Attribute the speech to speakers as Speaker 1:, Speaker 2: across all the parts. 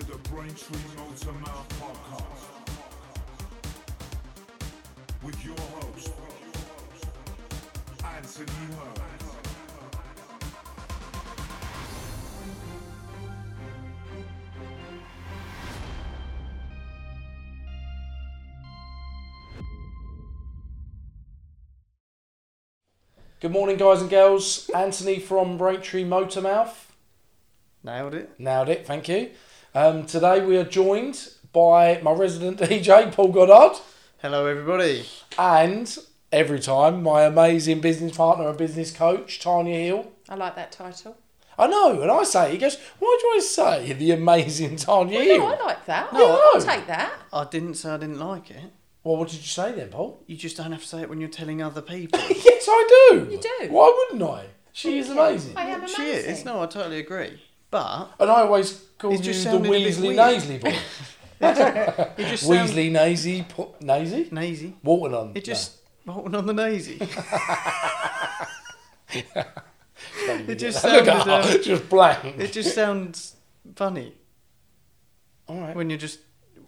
Speaker 1: Braintree Motor Mouth Podcast with your host, Anthony Hurd.
Speaker 2: Good morning, guys and girls. Anthony from Braintree Motormouth.
Speaker 3: Nailed it.
Speaker 2: Nailed it, thank you. Um, today we are joined by my resident DJ, Paul Goddard,
Speaker 3: Hello, everybody.
Speaker 2: and every time, my amazing business partner and business coach, Tanya Hill.
Speaker 4: I like that title.
Speaker 2: I know, and I say, it, he goes, why do I say the amazing Tanya
Speaker 4: Well,
Speaker 2: Hill?
Speaker 4: no, I like that.
Speaker 2: No,
Speaker 4: I'll,
Speaker 2: I
Speaker 4: I'll
Speaker 2: know.
Speaker 4: take that.
Speaker 3: I didn't say I didn't like it.
Speaker 2: Well, what did you say then, Paul?
Speaker 3: You just don't have to say it when you're telling other people.
Speaker 2: yes, I do.
Speaker 4: You do?
Speaker 2: Why wouldn't I? She is amazing.
Speaker 4: I am
Speaker 3: she
Speaker 4: amazing.
Speaker 3: is. No, I totally agree. But
Speaker 2: And I always call you
Speaker 3: It
Speaker 2: the
Speaker 3: just sounded a bit
Speaker 2: Weasley
Speaker 3: weird.
Speaker 2: Nasley boy.
Speaker 3: it just
Speaker 2: Weasley Nasey, po- Nasey?
Speaker 3: sound- nasy.
Speaker 2: Waterland.
Speaker 3: It just holding on the nasy. it just
Speaker 2: no. look
Speaker 3: sounded.
Speaker 2: at her,
Speaker 3: Uh,
Speaker 2: just blank.
Speaker 3: it just sounds funny
Speaker 2: All right.
Speaker 3: when you're just.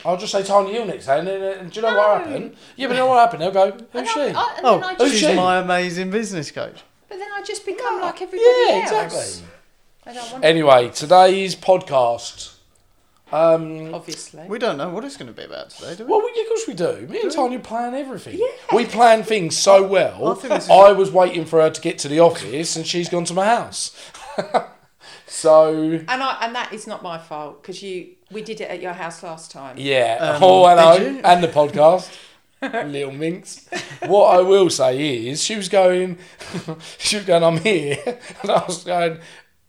Speaker 2: I'll just say Tanya Hill next time, and, then- and do you know what happened? Yeah, but you know what happened? They'll go,
Speaker 4: And
Speaker 2: who's
Speaker 4: I-
Speaker 2: she?
Speaker 4: I- and
Speaker 3: Oh,
Speaker 4: then I
Speaker 2: who's
Speaker 4: just,
Speaker 2: she?
Speaker 3: she's my amazing business coach.
Speaker 4: but then I just become like everybody
Speaker 2: yeah,
Speaker 4: else.
Speaker 2: exactly.
Speaker 4: I don't want
Speaker 2: Anyway, today's podcast. Um,
Speaker 4: obviously.
Speaker 3: We don't know what it's going to be about today, do we?
Speaker 2: well, we, of course we do. Me and Tanya plan everything. We plan things so well.
Speaker 3: I think this is-
Speaker 2: I was waiting for her to get to the office, and she's gone to my house. so
Speaker 4: and I and that is not my fault because you we did it at your house last time.
Speaker 2: Yeah.
Speaker 3: Um,
Speaker 2: oh,
Speaker 3: did
Speaker 2: hello.
Speaker 3: you?
Speaker 2: And the podcast. Little minx. What I will say is, she was going, she was going, I'm here. And I was going,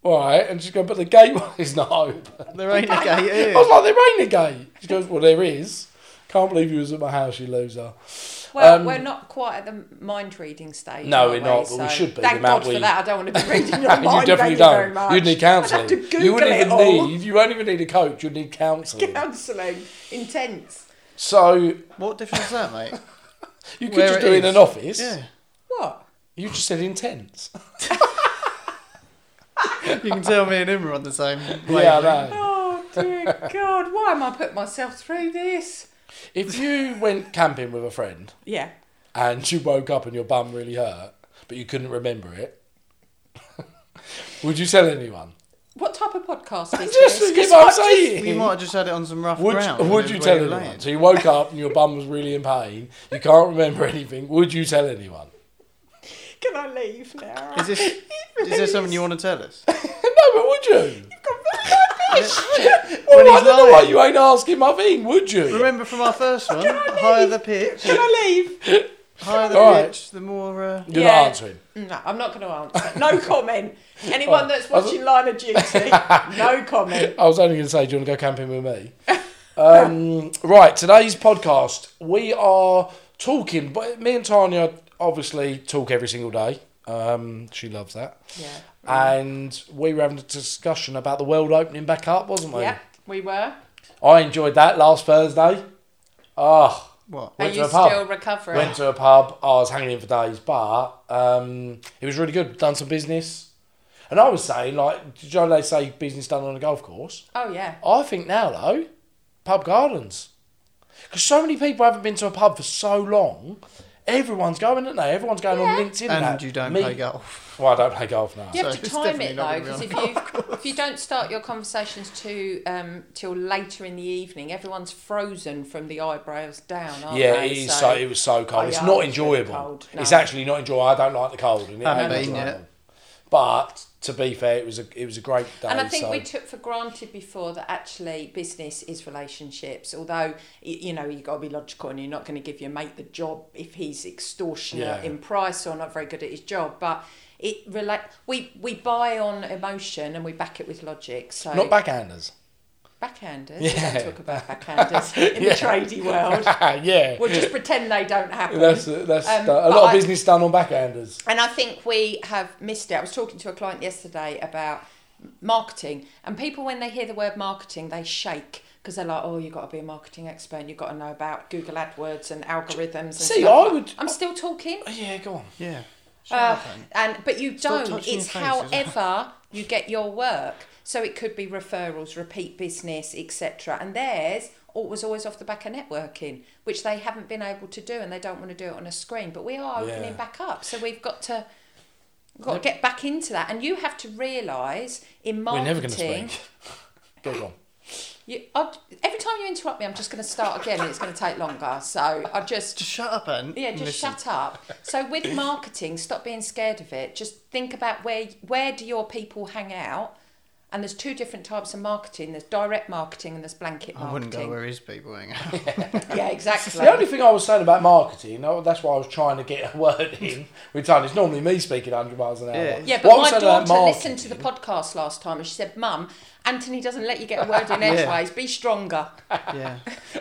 Speaker 2: all right. And she's going, but the gateway's not open.
Speaker 3: There ain't a gate
Speaker 2: I
Speaker 3: here.
Speaker 2: was like, there ain't a gate. She goes, well, there is. Can't believe you was at my house, you loser.
Speaker 4: Well,
Speaker 2: Um,
Speaker 4: we're not quite at the mind reading stage.
Speaker 2: No,
Speaker 4: are
Speaker 2: we're
Speaker 4: we?
Speaker 2: not, but
Speaker 4: so
Speaker 2: we should be, the
Speaker 4: Thank
Speaker 2: amount
Speaker 4: God
Speaker 2: we-
Speaker 4: for that. I don't want to be reading your
Speaker 2: And
Speaker 4: mind.
Speaker 2: you definitely
Speaker 4: thank you very
Speaker 2: don't.
Speaker 4: much.
Speaker 2: You'd need
Speaker 4: I'd
Speaker 2: counselling.
Speaker 4: have to Google
Speaker 2: You wouldn't
Speaker 4: it
Speaker 2: even
Speaker 4: all.
Speaker 2: need. You won't even need a coach. You'd need counselling.
Speaker 4: counselling. Intense.
Speaker 2: So
Speaker 3: What difference is that, mate?
Speaker 2: you could
Speaker 3: Where
Speaker 2: just
Speaker 3: it
Speaker 2: do it in
Speaker 3: is.
Speaker 2: an office.
Speaker 3: Yeah.
Speaker 4: What?
Speaker 2: You just said intense.
Speaker 3: You can tell me and him are on the same
Speaker 2: yeah, I
Speaker 3: wavelength.
Speaker 2: know.
Speaker 4: Oh dear God! Why am I putting myself through this?
Speaker 2: If you went camping with a friend
Speaker 4: Yeah.
Speaker 2: and you woke up and your bum really hurt, but you couldn't remember it, would you tell anyone?
Speaker 4: What type of podcast is
Speaker 2: Just
Speaker 4: this?
Speaker 2: think
Speaker 4: 'Cause
Speaker 2: about
Speaker 4: I just-
Speaker 2: saying.
Speaker 3: We might have just had it on some rough
Speaker 2: Would,
Speaker 3: ground. and
Speaker 2: would
Speaker 3: it
Speaker 2: you
Speaker 3: was where
Speaker 2: tell
Speaker 3: you
Speaker 2: anyone?
Speaker 3: land.
Speaker 2: So you woke up and your bum was really in pain. You can't remember anything. Would you tell anyone?
Speaker 4: Can I leave now?
Speaker 3: Is this is there something you want to tell us?
Speaker 2: no, but would you?
Speaker 3: When
Speaker 2: Well, I
Speaker 3: he's
Speaker 2: don't know why
Speaker 3: lying.
Speaker 2: you ain't asking my thing. Would you?
Speaker 3: Remember from our first one, higher the pitch,
Speaker 4: Can I leave?
Speaker 3: higher the
Speaker 2: Alright.
Speaker 3: pitch, the more. Uh,
Speaker 2: You're
Speaker 4: Yeah.
Speaker 2: not answering.
Speaker 3: Mm.
Speaker 4: No, I'm not going to answer. No comment. Anyone that's watching Line of Duty, no comment.
Speaker 2: I was only going to say, do you want to go camping with me? um, right, today's podcast, we are talking, but me and Tanya obviously talk every single day. Um, she loves that.
Speaker 4: Yeah.
Speaker 2: And we were having a discussion about the world opening back up, wasn't we?
Speaker 4: Yeah, we were.
Speaker 2: I enjoyed that last Thursday. Oh,
Speaker 3: What?
Speaker 2: Went
Speaker 4: Are
Speaker 2: to
Speaker 4: you
Speaker 2: a pub.
Speaker 4: still recovering?
Speaker 2: went to a pub. I was hanging in for days, but um, it was really good. Done some business. And I was saying, like, did you know they say business done on a golf course?
Speaker 4: oh yeah.
Speaker 2: I think now though, pub gardens, because so many people haven't been to a pub for so long. Everyone's going, aren't they? Everyone's going on
Speaker 4: Yeah.
Speaker 2: LinkedIn.
Speaker 3: And
Speaker 2: that.
Speaker 3: you don't
Speaker 2: Me-
Speaker 3: play golf.
Speaker 2: Well, I don't play golf now.
Speaker 4: You have
Speaker 3: So
Speaker 4: to
Speaker 3: it's
Speaker 4: time
Speaker 3: definitely
Speaker 4: it
Speaker 3: not
Speaker 4: though,
Speaker 3: gonna
Speaker 4: because
Speaker 3: be
Speaker 4: if you if you don't start your conversations to um, till later in the evening, everyone's frozen from the eyebrows down. Aren't
Speaker 2: yeah,
Speaker 4: they?
Speaker 2: it is so it was so cold.
Speaker 4: Oh,
Speaker 2: it's
Speaker 4: yeah,
Speaker 2: not
Speaker 4: it was really
Speaker 2: enjoyable.
Speaker 4: cold. No.
Speaker 2: It's actually not enjoyable. I don't like the cold. And it
Speaker 3: Haven't
Speaker 2: ain't
Speaker 3: been
Speaker 2: enjoyable.
Speaker 3: yet.
Speaker 2: But to be fair, it was a it was a great day.
Speaker 4: And I think
Speaker 2: so-
Speaker 4: we took for granted before that actually business is relationships. Although y- you know you got to be logical, and you're not going to give your mate the job if he's extortionate
Speaker 2: Yeah.
Speaker 4: in price or not very good at his job. But it relate we we buy on emotion and we back it with logic. So
Speaker 2: not backhanders.
Speaker 4: backhanders.
Speaker 2: Yeah.
Speaker 4: We don't talk about backhanders in the tradie world.
Speaker 2: yeah,
Speaker 4: We'll just pretend they don't happen.
Speaker 2: that's that's
Speaker 4: Um,
Speaker 2: a
Speaker 4: but
Speaker 2: lot of
Speaker 4: I-
Speaker 2: business done on backhanders.
Speaker 4: And I think we have missed it. I was talking to a client yesterday about marketing, and people, when they hear the word marketing, they shake because they're like, "Oh, you've got to be a marketing expert. and You've got to know about Google AdWords and algorithms." And
Speaker 2: See,
Speaker 4: stuff.
Speaker 2: I would-
Speaker 4: I'm still talking.
Speaker 2: Yeah, go on.
Speaker 3: Yeah. Shut
Speaker 4: Uh,
Speaker 3: up, then.
Speaker 4: and but you
Speaker 3: Stop
Speaker 4: don't.
Speaker 3: touching
Speaker 4: It's
Speaker 3: your face as well.
Speaker 4: however you get your work. So it could be referrals, repeat business, etc. And theirs all- was always off the back of networking, which they haven't been able to do, and they don't want to do it on a screen. But we are opening
Speaker 2: Yeah.
Speaker 4: back up, so we've got to got to get back into that. And you have to realise in
Speaker 2: We're
Speaker 4: marketing,
Speaker 2: never going to speak. Go on.
Speaker 4: you, I, every time you interrupt me, I'm just going to start again, and it's going to take longer. So I just
Speaker 3: Just shut up and
Speaker 4: yeah, just shut up. So with marketing, stop being scared of it. Just think about where where do your people hang out. And there's two different types of marketing. There's direct marketing and there's blanket
Speaker 3: I wouldn't
Speaker 4: marketing.
Speaker 3: go where his people hang out.
Speaker 4: yeah, exactly.
Speaker 2: The only thing I was saying about marketing, oh, that's why I was trying to get a word in with Tony. It's normally me speaking 100 miles an hour.
Speaker 3: Yeah.
Speaker 2: What I
Speaker 4: yeah, but
Speaker 2: was
Speaker 4: my
Speaker 2: saying about
Speaker 4: daughter listened to the
Speaker 2: marketing-
Speaker 4: podcast last time and she said, Mum, Anthony doesn't let you get a word in edgeways. Be stronger.
Speaker 3: yeah.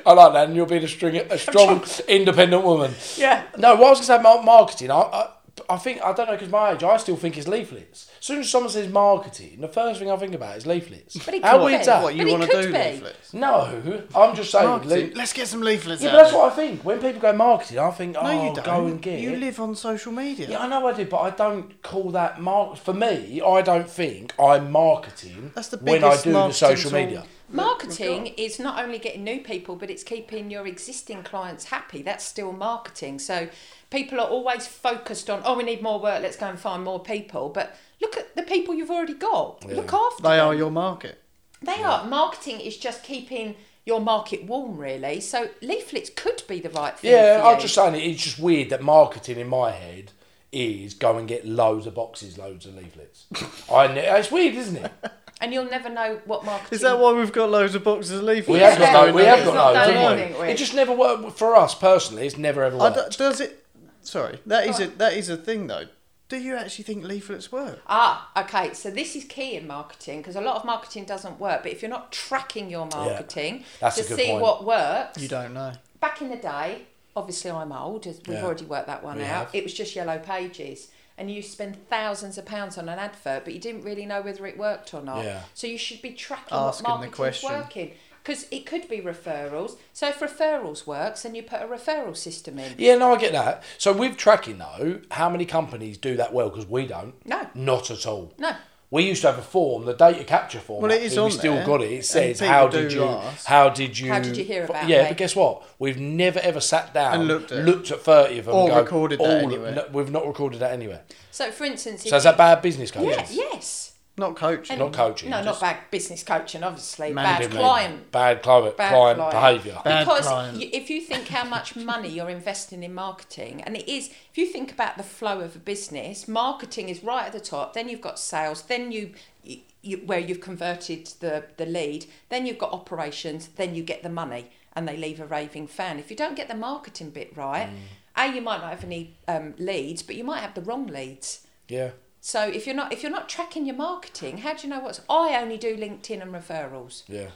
Speaker 2: I like that, and you'll be a, string, a strong, independent woman.
Speaker 4: Yeah.
Speaker 2: No, what I was going to say about marketing, I, I, I think, I don't know, because my age, I still think it's leaflets. As soon as someone says marketing, the first thing I think about is leaflets.
Speaker 4: But it
Speaker 2: How
Speaker 4: could
Speaker 2: weird
Speaker 4: be.
Speaker 2: is that?
Speaker 3: What you
Speaker 4: But he
Speaker 3: want to
Speaker 4: could
Speaker 3: do,
Speaker 4: be.
Speaker 3: leaflets?
Speaker 2: No, I'm just saying.
Speaker 3: Marketing.
Speaker 2: leaf-
Speaker 3: Let's get some leaflets.
Speaker 2: yeah,
Speaker 3: out
Speaker 2: but that's
Speaker 3: there.
Speaker 2: what I think. When people go marketing, I think, oh,
Speaker 3: No, you don't.
Speaker 2: go and get
Speaker 3: you
Speaker 2: it.
Speaker 3: live on social media.
Speaker 2: Yeah, I know I do, but I don't call that mark. For me, I don't think I'm marketing
Speaker 3: That's the
Speaker 2: when I
Speaker 3: biggest
Speaker 2: do the
Speaker 3: marketing
Speaker 2: social
Speaker 3: tool.
Speaker 2: media.
Speaker 4: Marketing is not only getting new people, but it's keeping your existing clients happy. That's still marketing. So people are always focused on, oh, we need more work, let's go and find more people. But look at the people you've already got. Look after
Speaker 3: They
Speaker 4: them.
Speaker 3: are your market.
Speaker 4: they are. Marketing is just keeping your market warm, really. So leaflets could be the right thing.
Speaker 2: Yeah,
Speaker 4: for
Speaker 2: I'm
Speaker 4: you.
Speaker 2: just saying it, it's just weird that marketing in my head is go and get loads of boxes, loads of leaflets. I kn- it's weird, isn't it?
Speaker 4: And you'll never know what marketing
Speaker 3: Is that why we've got loads of boxes of leaflets?
Speaker 2: We have got
Speaker 4: Yeah,
Speaker 2: no, we
Speaker 4: it's
Speaker 2: have got
Speaker 4: not
Speaker 2: loads,
Speaker 4: done
Speaker 2: haven't
Speaker 4: anything
Speaker 2: we?
Speaker 4: with.
Speaker 2: It just never worked for us personally. It's never ever
Speaker 3: I
Speaker 2: worked.
Speaker 3: don't- does it? Sorry, that is a that is a thing though. Do you actually think leaflets work?
Speaker 4: Ah, okay. So this is key in marketing because a lot of marketing doesn't work. But if you're not tracking your marketing
Speaker 2: That's
Speaker 4: to
Speaker 2: a good
Speaker 4: see
Speaker 2: point.
Speaker 4: what works,
Speaker 3: You don't know.
Speaker 4: back in the day, obviously I'm old, as we've
Speaker 2: Yeah.
Speaker 4: already worked that one
Speaker 2: We
Speaker 4: out.
Speaker 2: have.
Speaker 4: It was just yellow pages. And you spend thousands of pounds on an advert, but you didn't really know whether it worked or not.
Speaker 2: Yeah.
Speaker 4: So you should be tracking
Speaker 3: Asking the
Speaker 4: what marketing's
Speaker 3: question.
Speaker 4: working. Because it could be referrals. So if referrals works, then you put a referral system in.
Speaker 2: Yeah, no, I get that. So with tracking though, how many companies do that well? Because we don't.
Speaker 4: No.
Speaker 2: Not at all.
Speaker 4: No.
Speaker 2: We used to have a form, the data capture form.
Speaker 3: Well, it is
Speaker 2: actually,
Speaker 3: on
Speaker 2: We still
Speaker 3: there,
Speaker 2: got it. It
Speaker 3: and
Speaker 2: says
Speaker 3: people
Speaker 2: how
Speaker 3: do
Speaker 2: did you,
Speaker 3: ask.
Speaker 2: how did you,
Speaker 4: How did you hear about
Speaker 2: Yeah,
Speaker 4: me?
Speaker 2: but guess what? We've never ever sat down
Speaker 3: And looked at it.
Speaker 2: thirty of them,
Speaker 3: Or
Speaker 2: and go,
Speaker 3: recorded that
Speaker 2: all-
Speaker 3: anywhere.
Speaker 2: no, we've not recorded that anywhere.
Speaker 4: So for instance, if
Speaker 2: So is
Speaker 4: you-
Speaker 2: that bad business coaching?
Speaker 4: Yeah, yes.
Speaker 3: Not coaching.
Speaker 2: Not coaching,
Speaker 4: No, not
Speaker 2: just-
Speaker 4: bad business coaching, obviously.
Speaker 3: Managing
Speaker 4: Bad client.
Speaker 2: bad client,
Speaker 4: Bad
Speaker 2: client,
Speaker 4: client.
Speaker 2: behaviour.
Speaker 3: Bad
Speaker 4: because
Speaker 3: client.
Speaker 4: y- if you think how much money you're investing in marketing, and it is, if you think about the flow of a business, marketing is right at the top, then you've got sales, then you. y- You, where you've converted the, the lead, then you've got operations, then you get the money, and they leave a raving fan. If you don't get the marketing bit right,
Speaker 3: Mm.
Speaker 4: A, you might not have any um, leads, but you might have the wrong leads.
Speaker 2: Yeah.
Speaker 4: So if you're not if you're not tracking your marketing, how do you know what's? I only do LinkedIn and referrals.
Speaker 2: Yeah.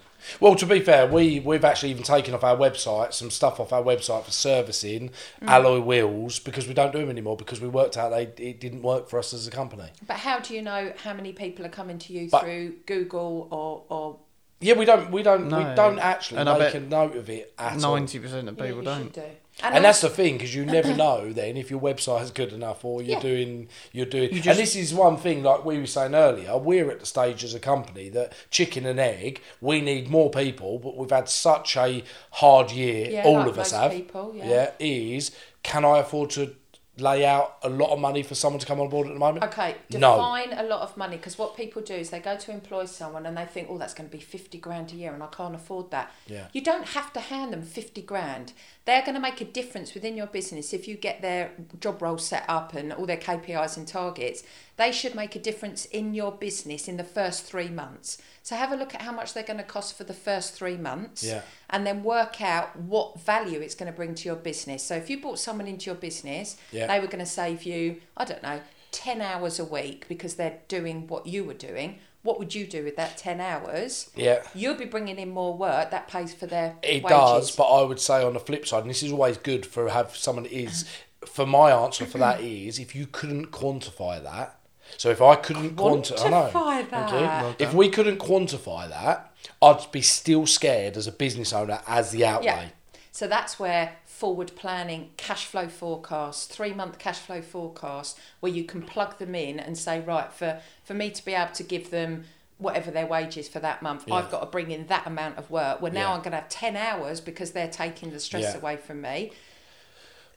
Speaker 2: Well, to be fair, we we've actually even taken off our website some stuff off our website for servicing
Speaker 3: Mm.
Speaker 2: alloy wheels because we don't do them anymore because we worked out they it didn't work for us as a company.
Speaker 4: But how do you know how many people are coming to you
Speaker 2: But-
Speaker 4: through Google or or
Speaker 2: Yeah, we don't we don't we
Speaker 3: No.
Speaker 2: don't actually
Speaker 3: And I
Speaker 2: make a
Speaker 3: bet
Speaker 2: note of it at all.
Speaker 3: Ninety percent of
Speaker 4: Yeah,
Speaker 3: people
Speaker 4: you should
Speaker 3: don't.
Speaker 4: do?
Speaker 2: And that's the thing because you never know then if your website's good enough or you're
Speaker 4: Yeah.
Speaker 2: doing you're doing.
Speaker 3: You
Speaker 2: and
Speaker 3: just-
Speaker 2: this is one thing like we were saying earlier. We're at the stage as a company that chicken and egg. We need more people, but we've had such a hard year.
Speaker 4: Yeah,
Speaker 2: all
Speaker 4: like
Speaker 2: of us
Speaker 4: most
Speaker 2: have.
Speaker 4: people, yeah.
Speaker 2: is can I afford to lay out a lot of money for someone to come on board at the moment?
Speaker 4: Okay,
Speaker 2: No.
Speaker 4: define a lot of money because what people do is they go to employ someone and they think, oh, that's going to be 50 grand a year and I can't afford that.
Speaker 2: Yeah.
Speaker 4: You don't have to hand them 50 grand. They're going to make a difference within your business if you get their job role set up and all their KPIs and targets. They should make a difference in your business in the first three months. So have a look at how much they're going to cost for the first three months
Speaker 2: Yeah.
Speaker 4: and then work out what value it's going to bring to your business. So if you brought someone into your business,
Speaker 2: Yeah.
Speaker 4: they were going to save you, I don't know, 10 hours a week because they're doing what you were doing. What would you do with that 10 hours?
Speaker 2: Yeah.
Speaker 4: You'll be bringing in more work that pays for their
Speaker 2: It
Speaker 4: wages.
Speaker 2: does, but I would say on the flip side, and this is always good for have someone that is. For my answer for that is if you couldn't quantify that. So if I couldn't quanti- I know.
Speaker 4: Quantify
Speaker 2: Thank you.
Speaker 4: that. Well
Speaker 2: if we couldn't quantify that, I'd be still scared as a business owner as the outlay.
Speaker 4: yeah. So that's where forward planning cash flow forecast, three month cash flow forecast, where you can plug them in and say, right, for, for me to be able to give them whatever their wage is for that month,
Speaker 2: Yeah.
Speaker 4: I've got to bring in that amount of work. Well, now
Speaker 2: Yeah.
Speaker 4: I'm going to have 10 hours because they're taking the stress
Speaker 2: Yeah.
Speaker 4: away from me.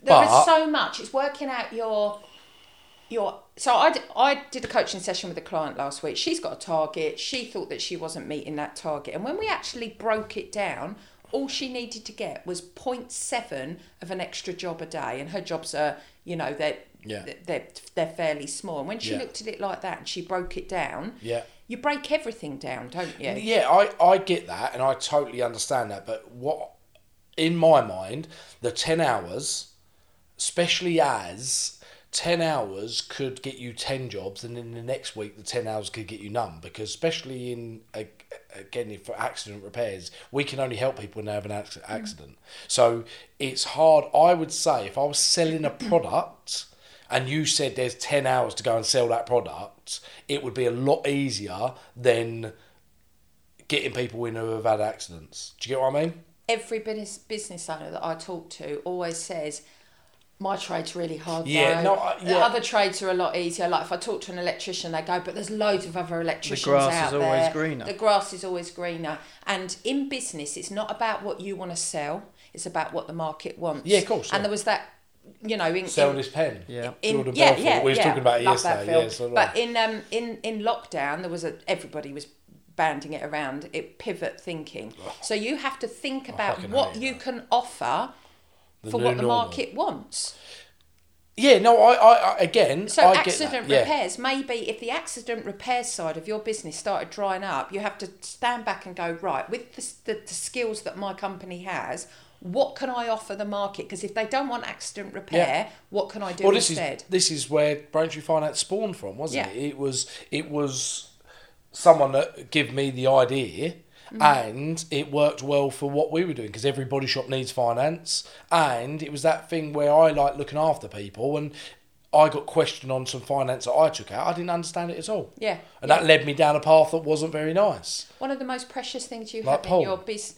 Speaker 4: There
Speaker 2: But-
Speaker 4: is so much. It's working out your your so I, d- I did a coaching session with a client last week she's got a target she thought that she wasn't meeting that target and when we actually broke it down all she needed to get was 0.7 of an extra job a day and her jobs are you know they're
Speaker 2: Yeah.
Speaker 4: they're, they're fairly small and when she
Speaker 2: Yeah.
Speaker 4: looked at it like that and she broke it down
Speaker 2: Yeah.
Speaker 4: you break everything down don't you
Speaker 2: Yeah, I, I get that and I totally understand that. But what, in my mind, the 10 hours, especially as 10 hours could get you 10 jobs and in the next week the 10 hours could get you none because especially in a- again for accident repairs we can only help people when they have an acc- accident so it's hard i would say if i was selling a product and you said there's 10 hours to go and sell that product it would be a lot easier than getting people in who have had accidents. Do you get what I mean?
Speaker 4: every business business owner that I talk to always says, "My trade's really hard.
Speaker 2: Yeah,
Speaker 4: though.
Speaker 2: no, I-
Speaker 4: The
Speaker 2: yeah.
Speaker 4: other trades are a lot easier. Like if I talk to an electrician, they go, but there's loads of other electricians
Speaker 3: grass is
Speaker 4: out
Speaker 3: always
Speaker 4: there.
Speaker 3: greener."
Speaker 4: The grass is always greener. And in business, it's not about what you want to sell; it's about what the market wants.
Speaker 2: Yeah, of course,
Speaker 4: And
Speaker 2: yeah.
Speaker 4: there was that, you know, in,
Speaker 2: Sell
Speaker 4: in-
Speaker 2: this pen.
Speaker 3: Yeah.
Speaker 4: in,
Speaker 2: Jordan
Speaker 4: yeah,
Speaker 2: Belfort.
Speaker 4: yeah,
Speaker 2: we was
Speaker 4: yeah.
Speaker 2: talking about it
Speaker 4: Love that
Speaker 2: yesterday.
Speaker 4: film.
Speaker 2: Yeah, so
Speaker 4: but in um in in lockdown, there was a everybody was banding it around. It pivot thinking. So you have to think about
Speaker 2: fucking
Speaker 4: what
Speaker 2: hate
Speaker 4: you
Speaker 2: that.
Speaker 4: can offer for
Speaker 2: new
Speaker 4: what the
Speaker 2: normal.
Speaker 4: market wants.
Speaker 2: yeah, no, I, I, I again,
Speaker 4: So
Speaker 2: I get
Speaker 4: accident
Speaker 2: that. yeah.
Speaker 4: repairs, maybe if the accident repair side of your business started drying up, you have to stand back and go right with the, s- the, the skills that my company has. What can I offer the market? Because if they don't want accident repair, what can I do
Speaker 2: Well, this
Speaker 4: instead?
Speaker 2: is this is where Braintree Finance spawned from, wasn't
Speaker 4: Yeah.
Speaker 2: it? It was it was someone that gave me the idea,
Speaker 4: Mm.
Speaker 2: and it worked well for what we were doing because every body shop needs finance, and it was that thing where I like looking after people and. I got questioned on some finance that I took out. I didn't understand it at all.
Speaker 4: Yeah,
Speaker 2: And that led me down a path that wasn't very nice.
Speaker 4: One of the most precious things you
Speaker 2: Like
Speaker 4: have
Speaker 2: Paul.
Speaker 4: in your business.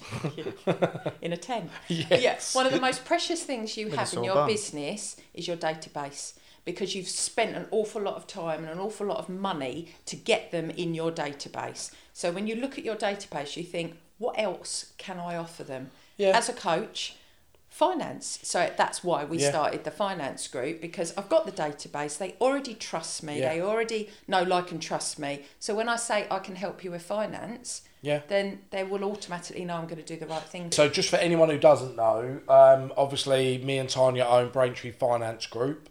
Speaker 4: in a 10.
Speaker 2: Yes.
Speaker 4: Yeah. One of the most precious things you have in
Speaker 3: all
Speaker 4: your
Speaker 3: done.
Speaker 4: business is your database because you've spent an awful lot of time and an awful lot of money to get them in your database. So when you look at your database, you think, what else can I offer them?
Speaker 2: Yeah.
Speaker 4: As a coach, finance. So that's why we
Speaker 2: Yeah.
Speaker 4: started the finance group because I've got the database. They already trust me.
Speaker 2: Yeah.
Speaker 4: They already know, like, and trust me. So when I say I can help you with finance,
Speaker 2: Yeah.
Speaker 4: then they will automatically know I'm going to do the right thing.
Speaker 2: So, just for anyone who doesn't know, um, obviously, me and Tanya own Braintree Finance Group,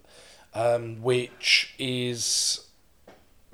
Speaker 2: um, which is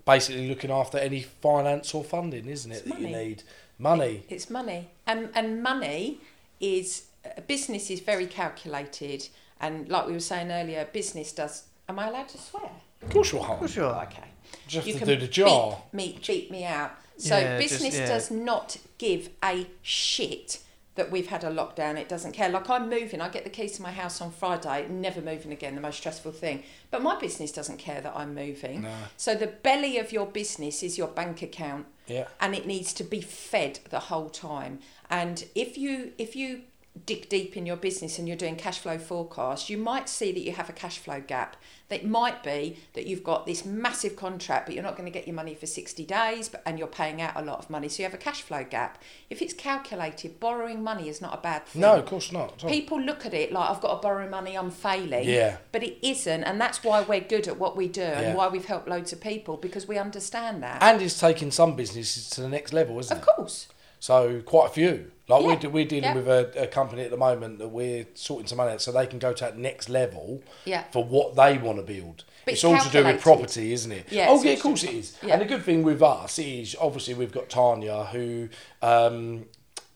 Speaker 2: basically looking after any finance or funding, isn't it? that you
Speaker 4: money.
Speaker 2: need money.
Speaker 4: It's money, and and money is a business is very calculated, and like we were saying earlier, business does. Am I allowed to swear?
Speaker 2: Of course, you are.
Speaker 3: For sure.
Speaker 4: Okay.
Speaker 2: Just
Speaker 4: you
Speaker 2: to
Speaker 4: can
Speaker 2: do the jar.
Speaker 4: Beat me, beat me out. So
Speaker 3: Yeah, just-
Speaker 4: business
Speaker 3: yeah.
Speaker 4: does not give a shit that we've had a lockdown. It doesn't care. Like I'm moving. I get the keys to my house on Friday. Never moving again. The most stressful thing. But my business doesn't care that I'm moving. So the belly of your business is your bank account.
Speaker 2: Yeah.
Speaker 4: And it needs to be fed the whole time. And if you if you dig deep in your business and you're doing cash flow forecasts, you might see that you have a cash flow gap. That might be that you've got this massive contract, but you're not going to get your money for 60 days, but, and you're paying out a lot of money, so you have a cash flow gap. If it's calculated, borrowing money is not a bad thing.
Speaker 2: No, of course not.
Speaker 4: People look at it like I've got to borrow money, I'm failing.
Speaker 2: Yeah.
Speaker 4: But it isn't, and that's why we're good at what we do and
Speaker 2: Yeah.
Speaker 4: why we've helped loads of people because we understand that.
Speaker 2: And it's taking some businesses to the next level, isn't
Speaker 4: of
Speaker 2: it?
Speaker 4: course.
Speaker 2: So quite a few. Like
Speaker 4: Yeah,
Speaker 2: we're, de- we're dealing
Speaker 4: yeah.
Speaker 2: with a, a company at the moment that we're sorting some money out so they can go to that next level
Speaker 4: Yeah.
Speaker 2: for what they want to build.
Speaker 4: But
Speaker 2: it's
Speaker 4: it's
Speaker 2: all to do with
Speaker 4: calculated.
Speaker 2: property, isn't it?
Speaker 4: Yeah,
Speaker 2: oh
Speaker 4: it's
Speaker 2: yeah,
Speaker 4: all
Speaker 2: of
Speaker 4: to do
Speaker 2: course
Speaker 4: with-
Speaker 2: it is.
Speaker 4: yeah.
Speaker 2: And the good thing with us is obviously we've got Tanya who um,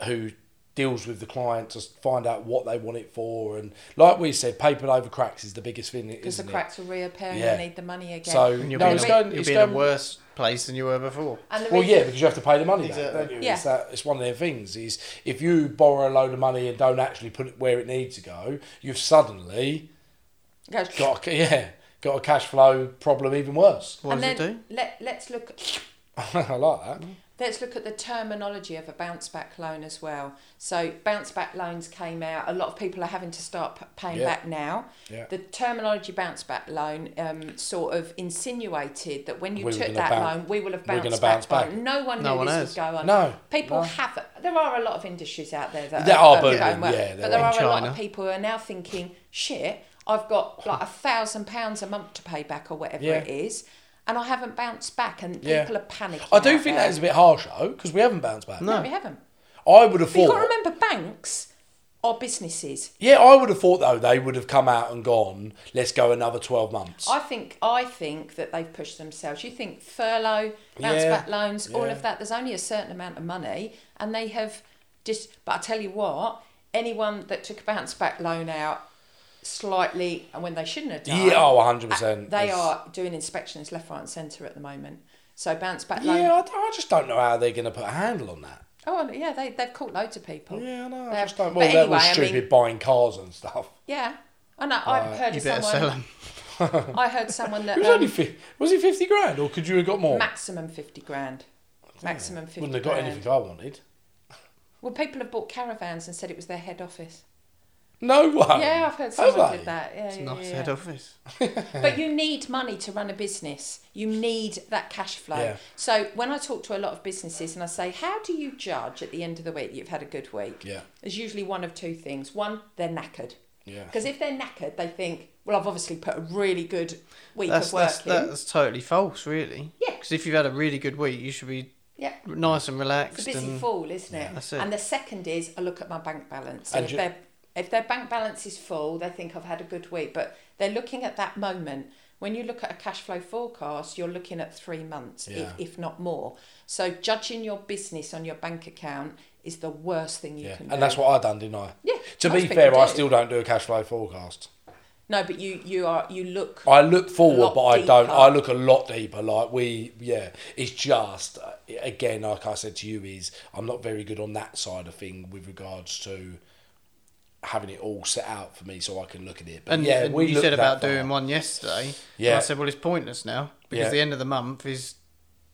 Speaker 2: who deals with the client to find out what they want it for and like we said, paper over cracks is the biggest thing.
Speaker 4: Because the
Speaker 2: isn't it?
Speaker 4: cracks will reappear and
Speaker 2: Yeah.
Speaker 4: you'll need the money again.
Speaker 2: So
Speaker 3: And you'll
Speaker 2: no,
Speaker 3: be,
Speaker 2: it's
Speaker 3: in, a,
Speaker 2: going.
Speaker 3: you'll
Speaker 2: It's
Speaker 3: be
Speaker 2: going
Speaker 3: in a worse place than you were before.
Speaker 4: and the
Speaker 2: well,
Speaker 4: reason-
Speaker 2: yeah, because you have to pay the money back.
Speaker 3: Exactly.
Speaker 2: Don't you?
Speaker 4: Yeah.
Speaker 2: It's, that, it's one of their things. Is if you borrow a load of money and don't actually put it where it needs to go, you've suddenly
Speaker 4: Goes-
Speaker 2: got a, yeah got a cash flow problem even worse.
Speaker 3: What
Speaker 4: and
Speaker 3: does
Speaker 4: then
Speaker 3: it
Speaker 4: Let, let's look
Speaker 2: I like that.
Speaker 4: Let's look at the terminology of a bounce back loan as well. So, bounce back loans came out. A lot of people are having to start p- paying
Speaker 2: Yeah.
Speaker 4: back now.
Speaker 2: Yeah.
Speaker 4: The terminology bounce back loan um, sort of insinuated that when you
Speaker 2: We were
Speaker 4: took
Speaker 2: gonna
Speaker 4: that
Speaker 2: boun-
Speaker 4: loan, we will have
Speaker 2: we're gonna
Speaker 4: bounced
Speaker 2: bounce
Speaker 4: back. by-
Speaker 2: back.
Speaker 4: No one
Speaker 3: No
Speaker 4: knew
Speaker 3: one
Speaker 4: this
Speaker 3: has.
Speaker 4: was going on.
Speaker 2: No,
Speaker 4: People
Speaker 2: no.
Speaker 4: have. There are a lot of industries out there that
Speaker 2: There are
Speaker 4: going
Speaker 2: booming,
Speaker 4: well,
Speaker 2: yeah, there
Speaker 4: but there
Speaker 2: are.
Speaker 4: are
Speaker 3: In
Speaker 4: a lot
Speaker 3: China.
Speaker 4: of people who are now thinking, shit, I've got like a thousand pounds a month to pay back or whatever
Speaker 2: Yeah.
Speaker 4: it is, and I haven't bounced back, and
Speaker 2: Yeah.
Speaker 4: people are panicking.
Speaker 2: I do
Speaker 4: out
Speaker 2: think
Speaker 4: there.
Speaker 2: that is a bit harsh though, because we haven't bounced back.
Speaker 4: No, we haven't.
Speaker 2: I would have
Speaker 4: But you've got to
Speaker 2: thought.
Speaker 4: remember, banks are businesses.
Speaker 2: Yeah, I would have thought though they would have come out and gone. Let's go another twelve months.
Speaker 4: I think I think that they've pushed themselves. You think furlough, bounce
Speaker 2: Yeah,
Speaker 4: back loans, all
Speaker 2: yeah.
Speaker 4: of that. There's only a certain amount of money, and they have just. But I tell you what, anyone that took a bounce back loan out slightly and when they shouldn't have done, uh,
Speaker 2: Yeah, oh, 100%.
Speaker 4: They
Speaker 2: It's-
Speaker 4: are doing inspections left, right, and centre at the moment. So bounce back loan.
Speaker 2: yeah, I, I just don't know how they're going to put a handle on that.
Speaker 4: Oh well, yeah, they they've caught loads of people.
Speaker 2: Yeah, no,
Speaker 4: They
Speaker 2: I
Speaker 4: have-
Speaker 2: just don't.
Speaker 4: Oh. but
Speaker 2: Well, that was
Speaker 4: anyway, I mean-
Speaker 2: stupid buying cars and stuff.
Speaker 4: Yeah. I know. I've heard
Speaker 3: You
Speaker 4: of
Speaker 3: better
Speaker 4: someone.
Speaker 3: sell them.
Speaker 4: I heard someone that
Speaker 2: It was
Speaker 4: um,
Speaker 2: only fi- was it fifty grand, or could you have got more?
Speaker 4: maximum fifty grand. Maximum fifty.
Speaker 2: Wouldn't have got
Speaker 4: grand.
Speaker 2: anything I wanted.
Speaker 4: Well, people have bought caravans and said it was their head office.
Speaker 2: No way.
Speaker 4: yeah, I've heard
Speaker 2: Have
Speaker 4: someone
Speaker 2: they?
Speaker 4: did that. Yeah,
Speaker 3: It's
Speaker 4: yeah,
Speaker 3: nice
Speaker 4: yeah.
Speaker 3: head office.
Speaker 4: But you need money to run a business. You need that cash flow.
Speaker 2: Yeah.
Speaker 4: So when I talk to a lot of businesses and I say, "How do you judge at the end of the week that you've had a good week?"
Speaker 2: Yeah.
Speaker 4: There's usually one of two things. One, they're knackered.
Speaker 2: Yeah.
Speaker 4: Because if they're knackered, they think, "Well, I've obviously put a really good week
Speaker 3: That's,
Speaker 4: of work
Speaker 3: that's,
Speaker 4: in."
Speaker 3: that's totally false, really.
Speaker 4: Yeah.
Speaker 3: Because if you've had a really good week, you should be
Speaker 4: Yeah.
Speaker 3: nice and relaxed.
Speaker 4: It's a busy
Speaker 3: and
Speaker 4: fall, isn't it?
Speaker 3: That's it.
Speaker 4: And the second is I look at my bank balance. And
Speaker 2: And
Speaker 4: if,
Speaker 2: you-
Speaker 4: their, if their bank balance is full, they think I've had a good week, but they're looking at that moment. When you look at a cash flow forecast, you're looking at three months,
Speaker 2: Yeah.
Speaker 4: if, if not more. So judging your business on your bank account is the worst thing you
Speaker 2: Yeah,
Speaker 4: can do.
Speaker 2: and that's what I done, didn't I?
Speaker 4: Yeah,
Speaker 2: To
Speaker 4: most
Speaker 2: be
Speaker 4: people
Speaker 2: fair, I
Speaker 4: do.
Speaker 2: still don't do a cash flow forecast.
Speaker 4: No, but you you are you look.
Speaker 2: I look forward,
Speaker 4: Lot
Speaker 2: but I don't.
Speaker 4: deeper.
Speaker 2: I look a lot deeper. Like we, yeah, it's just uh, again, like I said to you, is I'm not very good on that side of thing with regards to having it all set out for me so I can look at it. But
Speaker 3: And,
Speaker 2: yeah,
Speaker 3: and
Speaker 2: we
Speaker 3: you
Speaker 2: look
Speaker 3: said
Speaker 2: that
Speaker 3: about
Speaker 2: far.
Speaker 3: doing one yesterday. and
Speaker 2: Yeah.
Speaker 3: I said, well, it's pointless now because
Speaker 2: Yeah.
Speaker 3: the end of the month is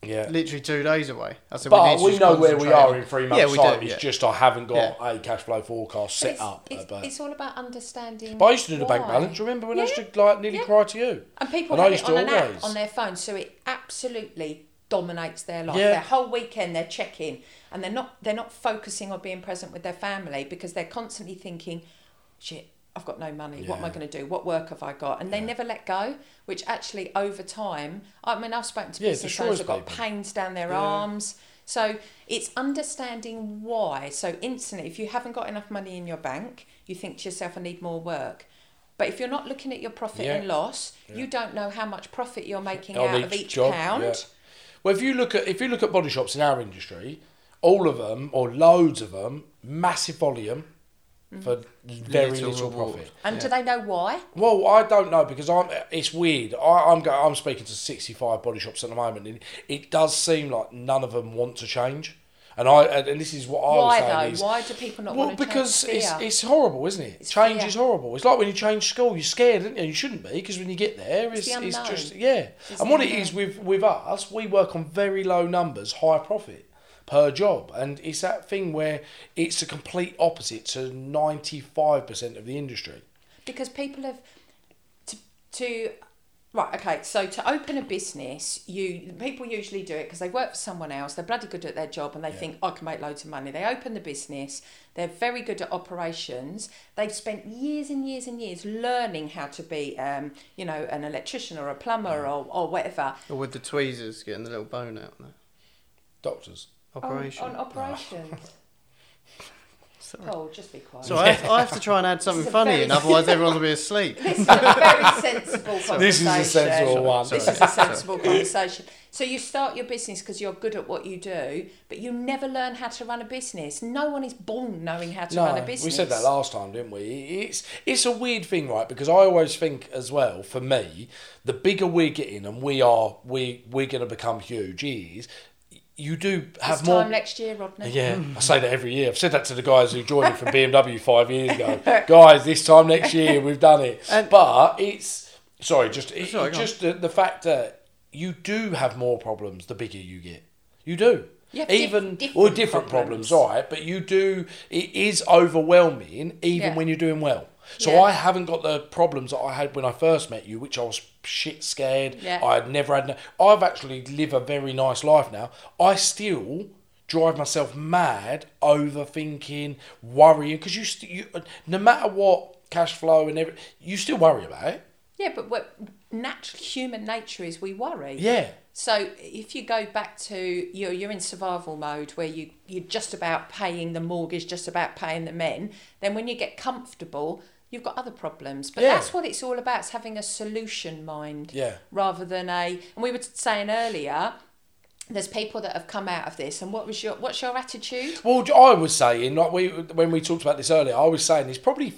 Speaker 2: yeah.
Speaker 3: literally two days away. I said,
Speaker 2: But
Speaker 3: need to
Speaker 2: we,
Speaker 3: just
Speaker 2: know where we
Speaker 3: concentrate
Speaker 2: are
Speaker 3: on-
Speaker 2: in three months'
Speaker 3: yeah, we
Speaker 2: time.
Speaker 3: Do,
Speaker 2: it's
Speaker 3: yeah.
Speaker 2: just I haven't got a cash flow forecast set
Speaker 4: It's,
Speaker 2: up.
Speaker 4: it's,
Speaker 2: but
Speaker 4: it's all about understanding.
Speaker 2: But I used to do the bank
Speaker 4: why.
Speaker 2: balance. Remember when I used
Speaker 4: Yeah.
Speaker 2: to like nearly
Speaker 4: Yeah.
Speaker 2: cry to you?
Speaker 4: And people
Speaker 2: And I
Speaker 4: have
Speaker 2: used
Speaker 4: it
Speaker 2: to
Speaker 4: on an
Speaker 2: always-
Speaker 4: app on their phone, so it absolutely dominates their life.
Speaker 2: Yeah.
Speaker 4: Their whole weekend they're checking and they're not they're not focusing on being present with their family because they're constantly thinking, shit, I've got no money. What am I
Speaker 2: Yeah.
Speaker 4: going to do? What work have I got? And they never let go, which actually over time, I mean, I've spoken to
Speaker 2: Yeah, it
Speaker 4: business
Speaker 2: destroys
Speaker 4: owners that got
Speaker 2: people.
Speaker 4: pains down their arms. So it's understanding why. So instantly, if you haven't got enough money in your bank, you think to yourself, I need more work. But if you're not looking at your profit
Speaker 2: Yeah.
Speaker 4: and loss, you don't know how much profit you're making
Speaker 2: on
Speaker 4: out of each
Speaker 2: job,
Speaker 4: pound.
Speaker 2: yeah. Well, if you look at if you look at body shops in our industry, all of them or loads of them, massive volume
Speaker 4: Mm.
Speaker 2: for very
Speaker 3: Little
Speaker 2: little,
Speaker 3: reward.
Speaker 2: profit.
Speaker 4: And do they know why?
Speaker 2: Well, I don't know because I'm. It's weird. I, I'm go, I'm speaking to sixty five body shops at the moment, and it does seem like none of them want to change. And I and and this is what I was
Speaker 4: Why
Speaker 2: saying
Speaker 4: though?
Speaker 2: Oh, is
Speaker 4: Why do people not
Speaker 2: well
Speaker 4: want to
Speaker 2: because
Speaker 4: change?
Speaker 2: it's
Speaker 4: Fear.
Speaker 2: it's horrible, isn't it? change
Speaker 4: fear.
Speaker 2: is horrible. It's like when you change school, you're scared, aren't you? You shouldn't be because when you get there, it's,
Speaker 4: It's the
Speaker 2: it's
Speaker 4: unknown.
Speaker 2: just yeah.
Speaker 4: It's
Speaker 2: and
Speaker 4: the
Speaker 2: what it
Speaker 4: unknown.
Speaker 2: is with with us, we work on very low numbers, high profit per job, and it's that thing where it's the complete opposite to ninety five percent of the industry.
Speaker 4: because people have to, to right okay so to open a business you people usually do it because they work for someone else they're bloody good at their job and they think i can make loads of money they open the business they're very good at operations they've spent years and years and years learning how to be um, you know an electrician or a plumber or, or whatever
Speaker 3: Or with the tweezers, getting the little bone out there.
Speaker 2: Doctors.
Speaker 3: Operation.
Speaker 4: Oh, on, on operations
Speaker 2: Ah.
Speaker 4: Paul, just be quiet
Speaker 3: So I have, I have to try and add something
Speaker 4: It's a
Speaker 3: funny
Speaker 4: very-
Speaker 3: in, otherwise everyone will be asleep.
Speaker 4: This is a very sensible conversation.
Speaker 2: This is a sensible one.
Speaker 4: This is a sensible conversation. So you start your business because you're good at what you do, but you never learn how to run a business. No one is born knowing how to run a business.
Speaker 2: We said that last time, didn't we? It's it's a weird thing, right? Because I always think as well, for me, the bigger we're getting and we are we we're gonna become huge is you do have
Speaker 4: It's
Speaker 2: more
Speaker 4: time next year, Rodney.
Speaker 2: yeah, I say that every year. I've said that to the guys who joined me from BMW five years ago. guys, this time next year we've done it. but it's sorry, just it,
Speaker 3: all
Speaker 2: it
Speaker 3: right, go on.
Speaker 2: just the, the fact that you do have more problems the bigger you get. You do.
Speaker 4: You have diff-
Speaker 2: even
Speaker 4: different
Speaker 2: or different problems,
Speaker 4: problems.
Speaker 2: all right? But you do. It is overwhelming, even
Speaker 4: Yeah.
Speaker 2: when you're doing well. So
Speaker 4: Yeah.
Speaker 2: I haven't got the problems that I had when I first met you, which I was shit scared.
Speaker 4: Yeah.
Speaker 2: I had never had. No, I've actually live a very nice life now. I still drive myself mad overthinking, worrying because you, st- you no matter what cash flow and every, you still worry about it.
Speaker 4: Yeah, but what natural human nature is we worry.
Speaker 2: Yeah.
Speaker 4: So if you go back to you're you're in survival mode where you you're just about paying the mortgage, just about paying the men, then when you get comfortable, you've got other problems. But
Speaker 2: Yeah.
Speaker 4: that's what it's all about, it's having a solution mind.
Speaker 2: Yeah.
Speaker 4: Rather than a and we were saying earlier, there's people that have come out of this and what was your what's your attitude?
Speaker 2: Well, I was saying, like we when we talked about this earlier, I was saying it's probably,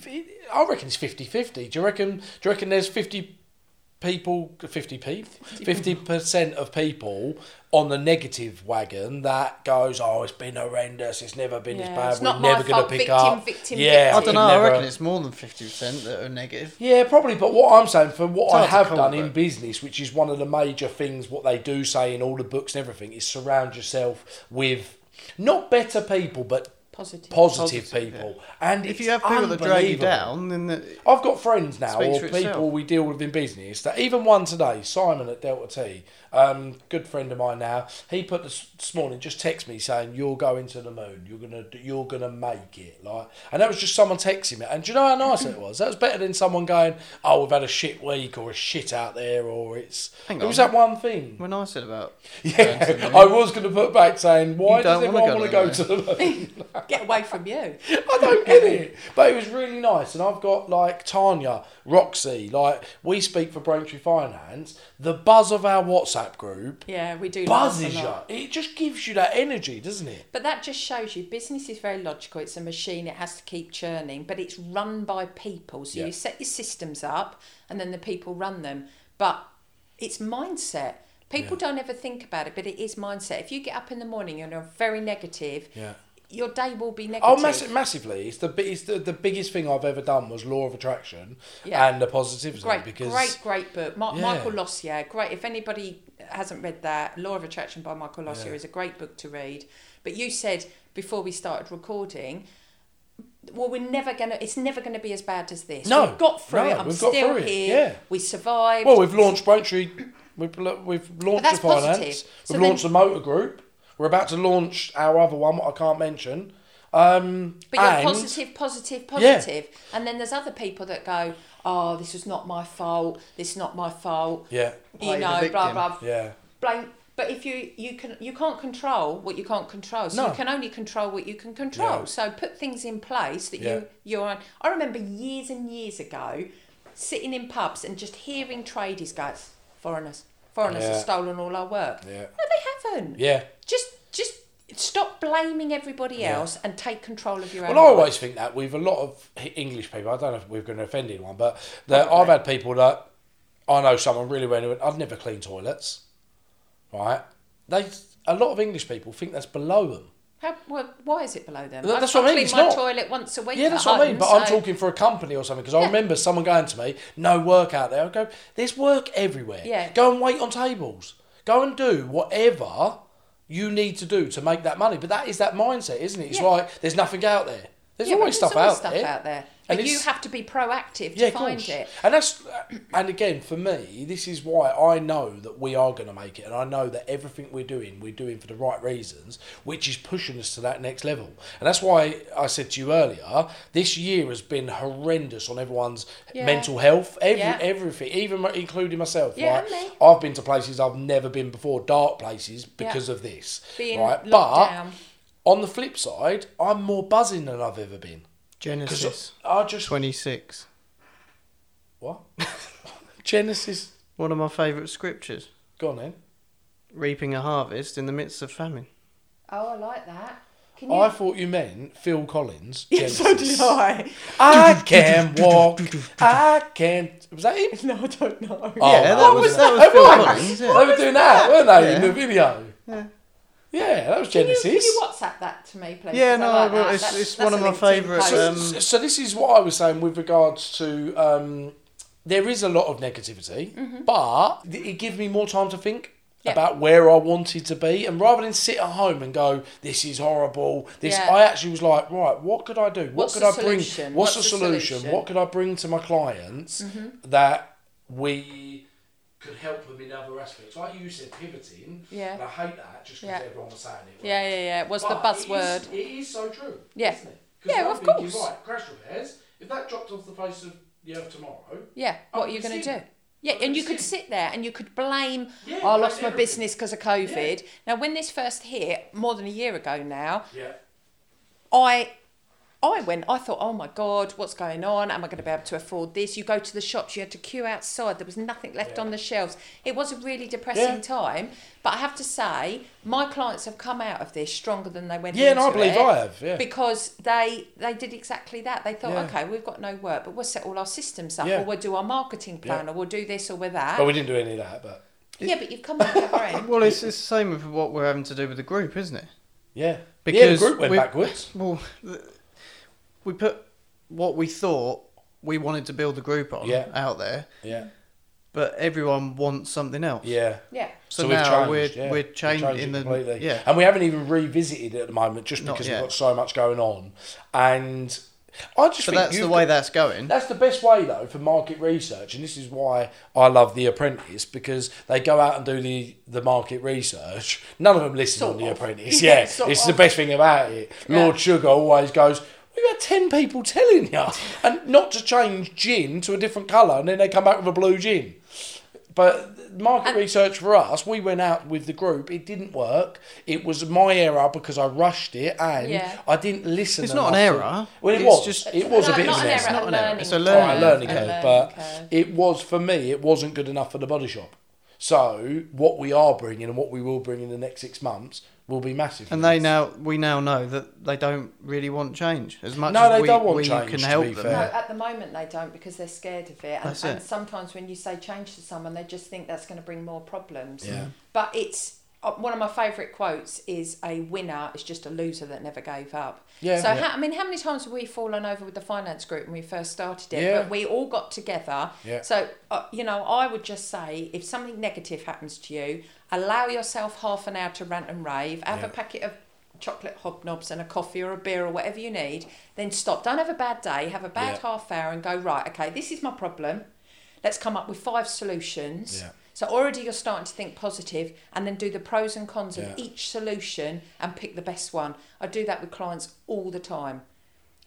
Speaker 2: I reckon it's 50-50. Do you reckon? Do you reckon there's fifty people, fifty people, fifty percent of people on the negative wagon that goes, oh, it's been horrendous, it's never been
Speaker 4: Yeah,
Speaker 2: this bad,
Speaker 4: it's not
Speaker 2: we're
Speaker 4: my
Speaker 2: never going to
Speaker 4: fault,
Speaker 2: pick
Speaker 4: victim,
Speaker 2: up.
Speaker 4: victim,
Speaker 2: yeah,
Speaker 4: victim.
Speaker 3: I don't know.
Speaker 2: never-
Speaker 3: I reckon it's more than fifty percent that are negative.
Speaker 2: yeah, probably. But what I'm saying for what I
Speaker 3: hard to
Speaker 2: have
Speaker 3: call,
Speaker 2: done in
Speaker 3: but-
Speaker 2: business, which is one of the major things, what they do say in all the books and everything, is surround yourself with not better people, but
Speaker 4: Positive.
Speaker 2: positive,
Speaker 3: Positive,
Speaker 2: people. And
Speaker 3: If
Speaker 2: it's
Speaker 3: you have people that drag you
Speaker 2: unbelievable.
Speaker 3: down, then the,
Speaker 2: I've got friends now,
Speaker 3: Speaks
Speaker 2: or
Speaker 3: for
Speaker 2: people
Speaker 3: itself.
Speaker 2: we deal with in business, that even one today, Simon at Delta T, um, good friend of mine now, he put this, this morning just text me saying you're going to the moon, you're gonna do- you're gonna make it, like, and that was just someone texting me, and do you know how nice it was? That was better than someone going, oh, we've had a shit week or a shit out there, or it's
Speaker 3: Hang
Speaker 2: it was
Speaker 3: on.
Speaker 2: that one thing.
Speaker 3: when I said about
Speaker 2: Yeah, I was going to put back saying, why
Speaker 3: You
Speaker 2: does
Speaker 3: don't
Speaker 2: everyone
Speaker 3: wanna
Speaker 2: want to
Speaker 3: go
Speaker 2: go to the moon?
Speaker 4: Get away from you.
Speaker 2: I don't get it. But it was really nice. And I've got like Tanya, Roxy, like we speak for Braintree Finance. The buzz of our WhatsApp group
Speaker 4: Yeah, we do laugh a
Speaker 2: buzzes you.
Speaker 4: lot.
Speaker 2: It just gives you that energy, doesn't it?
Speaker 4: But that just shows you business is very logical. It's a machine, it has to keep churning, but it's run by people. So
Speaker 2: Yeah.
Speaker 4: you set your systems up and then the people run them. But it's mindset. People don't ever think about it, but it is mindset. If you get up in the morning and are very negative,
Speaker 2: Yeah.
Speaker 4: your day will be negative.
Speaker 2: Oh, mass- massively! It's the bi- it's the, the biggest thing I've ever done was law of attraction
Speaker 4: Yeah.
Speaker 2: and the positivity
Speaker 4: great,
Speaker 2: because
Speaker 4: great, great book. Ma-
Speaker 2: Yeah.
Speaker 4: Michael Lossier, great. If anybody hasn't read that, Law of Attraction by Michael Lossier
Speaker 2: Yeah.
Speaker 4: is a great book to read. But you said before we started recording, well, we're never gonna. It's never gonna be as bad as this.
Speaker 2: No,
Speaker 4: we've got through
Speaker 2: no,
Speaker 4: it. I'm
Speaker 2: we've got
Speaker 4: still
Speaker 2: through it,
Speaker 4: here.
Speaker 2: yeah.
Speaker 4: we survived.
Speaker 2: well, we've launched Braintree, we've la- we've launched the
Speaker 4: that's
Speaker 2: finance,
Speaker 4: positive. So
Speaker 2: we've
Speaker 4: then-
Speaker 2: launched the motor group. We're about to launch our other one, what I can't mention. Um,
Speaker 4: But you're
Speaker 2: and-
Speaker 4: positive, positive, positive. And then there's other people that go, "Oh, this was not my fault. This is not my fault."
Speaker 2: Yeah,
Speaker 4: You
Speaker 3: Play the
Speaker 4: know, blah
Speaker 3: victim.
Speaker 4: blah
Speaker 2: yeah.
Speaker 4: blame but if you you can you can't control what you can't control so
Speaker 2: No.
Speaker 4: you can only control what you can control
Speaker 2: Yeah.
Speaker 4: so put things in place that
Speaker 2: Yeah.
Speaker 4: you you're on i remember years and years ago sitting in pubs and just hearing tradies guys foreigners foreigners
Speaker 2: Yeah.
Speaker 4: have stolen all our work
Speaker 2: Yeah.
Speaker 4: no they haven't
Speaker 2: Yeah.
Speaker 4: just just stop blaming everybody else and take control of your own
Speaker 2: Well, I
Speaker 4: life.
Speaker 2: always think that with a lot of H- English people, I don't know if we're going to offend anyone, but that I've had people that I know someone really well who went, I've never cleaned toilets, right? They a lot of English people think that's below them.
Speaker 4: How, well, why is it below them
Speaker 2: That- that's
Speaker 4: I,
Speaker 2: what I mean,
Speaker 4: clean
Speaker 2: it's
Speaker 4: my
Speaker 2: not-
Speaker 4: toilet once a week
Speaker 2: Yeah,
Speaker 4: at
Speaker 2: that's what I mean.
Speaker 4: home,
Speaker 2: But I'm
Speaker 4: so-
Speaker 2: talking for a company or something because I
Speaker 4: Yeah.
Speaker 2: remember someone going to me, "No work out there." I go, "There's work everywhere.
Speaker 4: Yeah.
Speaker 2: Go and wait on tables. Go and do whatever you need to do to make that money." But that is that mindset, isn't it? It's
Speaker 4: Yeah.
Speaker 2: like there's nothing out there. There's
Speaker 4: Yeah, but
Speaker 2: always
Speaker 4: there's
Speaker 2: stuff
Speaker 4: always
Speaker 2: out there. And
Speaker 4: But you
Speaker 2: it's-
Speaker 4: have to be proactive to
Speaker 2: yeah, of
Speaker 4: find
Speaker 2: course.
Speaker 4: it.
Speaker 2: And that's uh, and again for me, this is why I know that we are going to make it, and I know that everything we're doing, we're doing for the right reasons, which is pushing us to that next level. And that's why I said to you earlier, this year has been horrendous on everyone's
Speaker 4: Yeah.
Speaker 2: mental health, every
Speaker 4: Yeah.
Speaker 2: everything, even my- including myself.
Speaker 4: Yeah,
Speaker 2: right?
Speaker 4: and me.
Speaker 2: I've been to places I've never been before, dark places because of this.
Speaker 4: Being
Speaker 2: right,
Speaker 4: locked
Speaker 2: but
Speaker 4: down.
Speaker 2: on the flip side, I'm more buzzing than I've ever been.
Speaker 3: Genesis
Speaker 2: I just
Speaker 3: twenty six.
Speaker 2: what Genesis.
Speaker 3: One of my favourite scriptures:
Speaker 2: Go on then.
Speaker 3: reaping a harvest in the midst of famine.
Speaker 4: Oh, I like that. Can
Speaker 2: I thought you meant Phil Collins.
Speaker 4: so
Speaker 2: Genesis.
Speaker 4: did Oh. I.
Speaker 2: I can walk. I can. Was that him?
Speaker 4: No, I don't know.
Speaker 2: Oh,
Speaker 3: yeah,
Speaker 2: no.
Speaker 3: that was that was Phil Collins. Yeah.
Speaker 2: They were doing that, weren't they, in
Speaker 3: Yeah.
Speaker 2: the video?
Speaker 3: Yeah.
Speaker 2: Yeah, that was
Speaker 4: Can you,
Speaker 2: Genesis.
Speaker 4: can you WhatsApp that to me, please?
Speaker 3: Yeah,
Speaker 4: 'Cause I
Speaker 3: no,
Speaker 4: like
Speaker 3: well,
Speaker 4: that.
Speaker 3: it's-
Speaker 4: That's-
Speaker 3: it's
Speaker 4: that's
Speaker 3: one
Speaker 4: a
Speaker 3: of my
Speaker 4: LinkedIn
Speaker 3: favourite,
Speaker 4: post.
Speaker 2: so,
Speaker 3: um,
Speaker 2: so this is what I was saying with regards to um, there is a lot of negativity, but it gives me more time to think.
Speaker 4: Mm-hmm. Yeah.
Speaker 2: about where I wanted to be, and rather than sit at home and go, "This is horrible," this
Speaker 4: Yeah.
Speaker 2: I actually was like, "Right, what could I do? What
Speaker 4: What's
Speaker 2: could
Speaker 4: the
Speaker 2: I bring?
Speaker 4: solution?
Speaker 2: What's,
Speaker 4: What's
Speaker 2: the
Speaker 4: the
Speaker 2: solution?
Speaker 4: solution?" Mm-hmm.
Speaker 2: What could I bring to my clients that we could help them in other aspects?" Like you said, pivoting.
Speaker 4: Yeah.
Speaker 2: And I hate that just because
Speaker 4: Yeah.
Speaker 2: everyone was saying it.
Speaker 4: Yeah, yeah, yeah. It was the
Speaker 2: But it is-
Speaker 4: buzzword.
Speaker 2: It is, so true.
Speaker 4: Yeah.
Speaker 2: Isn't it? 'Cause
Speaker 4: Yeah,
Speaker 2: I
Speaker 4: of
Speaker 2: think
Speaker 4: course.
Speaker 2: You're right. Crash repairs. If that dropped off the face of the earth tomorrow,
Speaker 4: Yeah,
Speaker 2: Oh,
Speaker 4: what are you
Speaker 2: it's
Speaker 4: going to
Speaker 2: sin.
Speaker 4: do? Yeah,
Speaker 2: Well,
Speaker 4: and
Speaker 2: it's
Speaker 4: you could
Speaker 2: sin.
Speaker 4: sit there and you could blame,
Speaker 2: Yeah,
Speaker 4: oh, I
Speaker 2: blame
Speaker 4: lost my
Speaker 2: everything.
Speaker 4: business because of COVID. Now, when this first hit, more than a year ago now,
Speaker 2: yeah,
Speaker 4: I I went, I thought, oh my God, what's going on? Am I going to be able to afford this? You go to the shops, you had to queue outside, there was nothing left
Speaker 2: Yeah.
Speaker 4: on the shelves. It was a really depressing
Speaker 2: Yeah.
Speaker 4: time, but I have to say, my clients have come out of this stronger than they went
Speaker 2: Yeah, and
Speaker 4: into
Speaker 2: I believe
Speaker 4: it
Speaker 2: I have, yeah.
Speaker 4: Because they they did exactly that. They thought,
Speaker 2: Yeah.
Speaker 4: okay, we've got no work, but we'll set all our systems up,
Speaker 2: Yeah.
Speaker 4: or we'll do our marketing plan,
Speaker 2: Yeah.
Speaker 4: or we'll do this, or we'll that.
Speaker 2: but we didn't do any of that. But
Speaker 4: yeah, but you've come out the other end.
Speaker 3: Well, it's, it's the same with what we're having to do with the group, isn't it?
Speaker 2: yeah, because yeah, the
Speaker 3: Because
Speaker 2: group went
Speaker 3: we-
Speaker 2: backwards.
Speaker 3: Well, th- we put what we thought we wanted to build the group on
Speaker 2: Yeah.
Speaker 3: out there,
Speaker 2: Yeah,
Speaker 3: but everyone wants something else.
Speaker 2: yeah.
Speaker 4: Yeah.
Speaker 3: So,
Speaker 2: we've
Speaker 3: now
Speaker 2: changed,
Speaker 3: we're
Speaker 2: yeah.
Speaker 3: we're
Speaker 2: We've changed
Speaker 3: changing
Speaker 2: it
Speaker 3: the
Speaker 2: completely.
Speaker 3: yeah.
Speaker 2: and we haven't even revisited it at the moment, just
Speaker 3: Not
Speaker 2: because we've
Speaker 3: yet.
Speaker 2: got so much going on. And I just
Speaker 3: So
Speaker 2: think
Speaker 3: that's the
Speaker 2: you've
Speaker 3: way
Speaker 2: got-
Speaker 3: that's going.
Speaker 2: That's the best way though for market research, and this is why I love The Apprentice because they go out and do the, the market research. None of them listen
Speaker 4: Sort
Speaker 2: on The
Speaker 4: of.
Speaker 2: Apprentice.
Speaker 4: Yeah,
Speaker 2: Yeah,
Speaker 4: sort
Speaker 2: it's
Speaker 4: of.
Speaker 2: the best thing about it.
Speaker 4: Yeah.
Speaker 2: Lord Sugar always goes. We've had ten people telling you, and not to change gin to a different colour, and then they come back with a blue gin. But market research for us, we went out with the group. It didn't work. It was my error because I rushed it and
Speaker 4: Yeah.
Speaker 2: I didn't listen.
Speaker 3: It's not an
Speaker 2: enough to-
Speaker 3: error.
Speaker 2: Well, it
Speaker 3: It's
Speaker 2: was.
Speaker 3: just-
Speaker 2: it was
Speaker 4: No,
Speaker 2: a bit
Speaker 4: not
Speaker 2: of
Speaker 4: an
Speaker 2: an
Speaker 4: error,
Speaker 3: not
Speaker 4: a
Speaker 3: an error.
Speaker 4: learning
Speaker 3: It's a
Speaker 4: curve.
Speaker 3: learning-
Speaker 2: Oh, a learning
Speaker 4: A
Speaker 2: curve,
Speaker 4: learning
Speaker 2: but
Speaker 4: curve.
Speaker 2: it was for me. It wasn't good enough for the body shop. So what we are bringing and what we will bring in the next six months will be massive.
Speaker 3: And they now we now know that they don't really want change as much.
Speaker 2: No,
Speaker 3: as
Speaker 2: they
Speaker 3: we,
Speaker 2: don't want
Speaker 3: we
Speaker 2: change,
Speaker 3: Can
Speaker 2: to
Speaker 3: help
Speaker 2: be
Speaker 3: them.
Speaker 2: fair.
Speaker 4: No,
Speaker 2: Yeah.
Speaker 4: at the moment they don't because they're scared of it. And,
Speaker 3: That's
Speaker 4: and
Speaker 3: it.
Speaker 4: sometimes when you say change to someone, they just think that's going to bring more problems.
Speaker 2: Yeah.
Speaker 4: But it's uh, one of my favourite quotes is a winner is just a loser that never gave up.
Speaker 2: Yeah.
Speaker 4: So
Speaker 2: Yeah.
Speaker 4: How, I mean, how many times have we fallen over with the finance group when we first started it?
Speaker 2: Yeah.
Speaker 4: But we all got together.
Speaker 2: Yeah.
Speaker 4: So uh, you know, I would just say if something negative happens to you, allow yourself half an hour to rant and rave. Have
Speaker 2: Yeah.
Speaker 4: a packet of chocolate hobnobs and a coffee or a beer or whatever you need, then stop. Don't have a bad day, have a bad
Speaker 2: Yeah.
Speaker 4: half hour and go, right, okay, this is my problem. Let's come up with five solutions.
Speaker 2: Yeah.
Speaker 4: So already you're starting to think positive and then do the pros and cons
Speaker 2: Yeah.
Speaker 4: of each solution and pick the best one. I do that with clients all the time.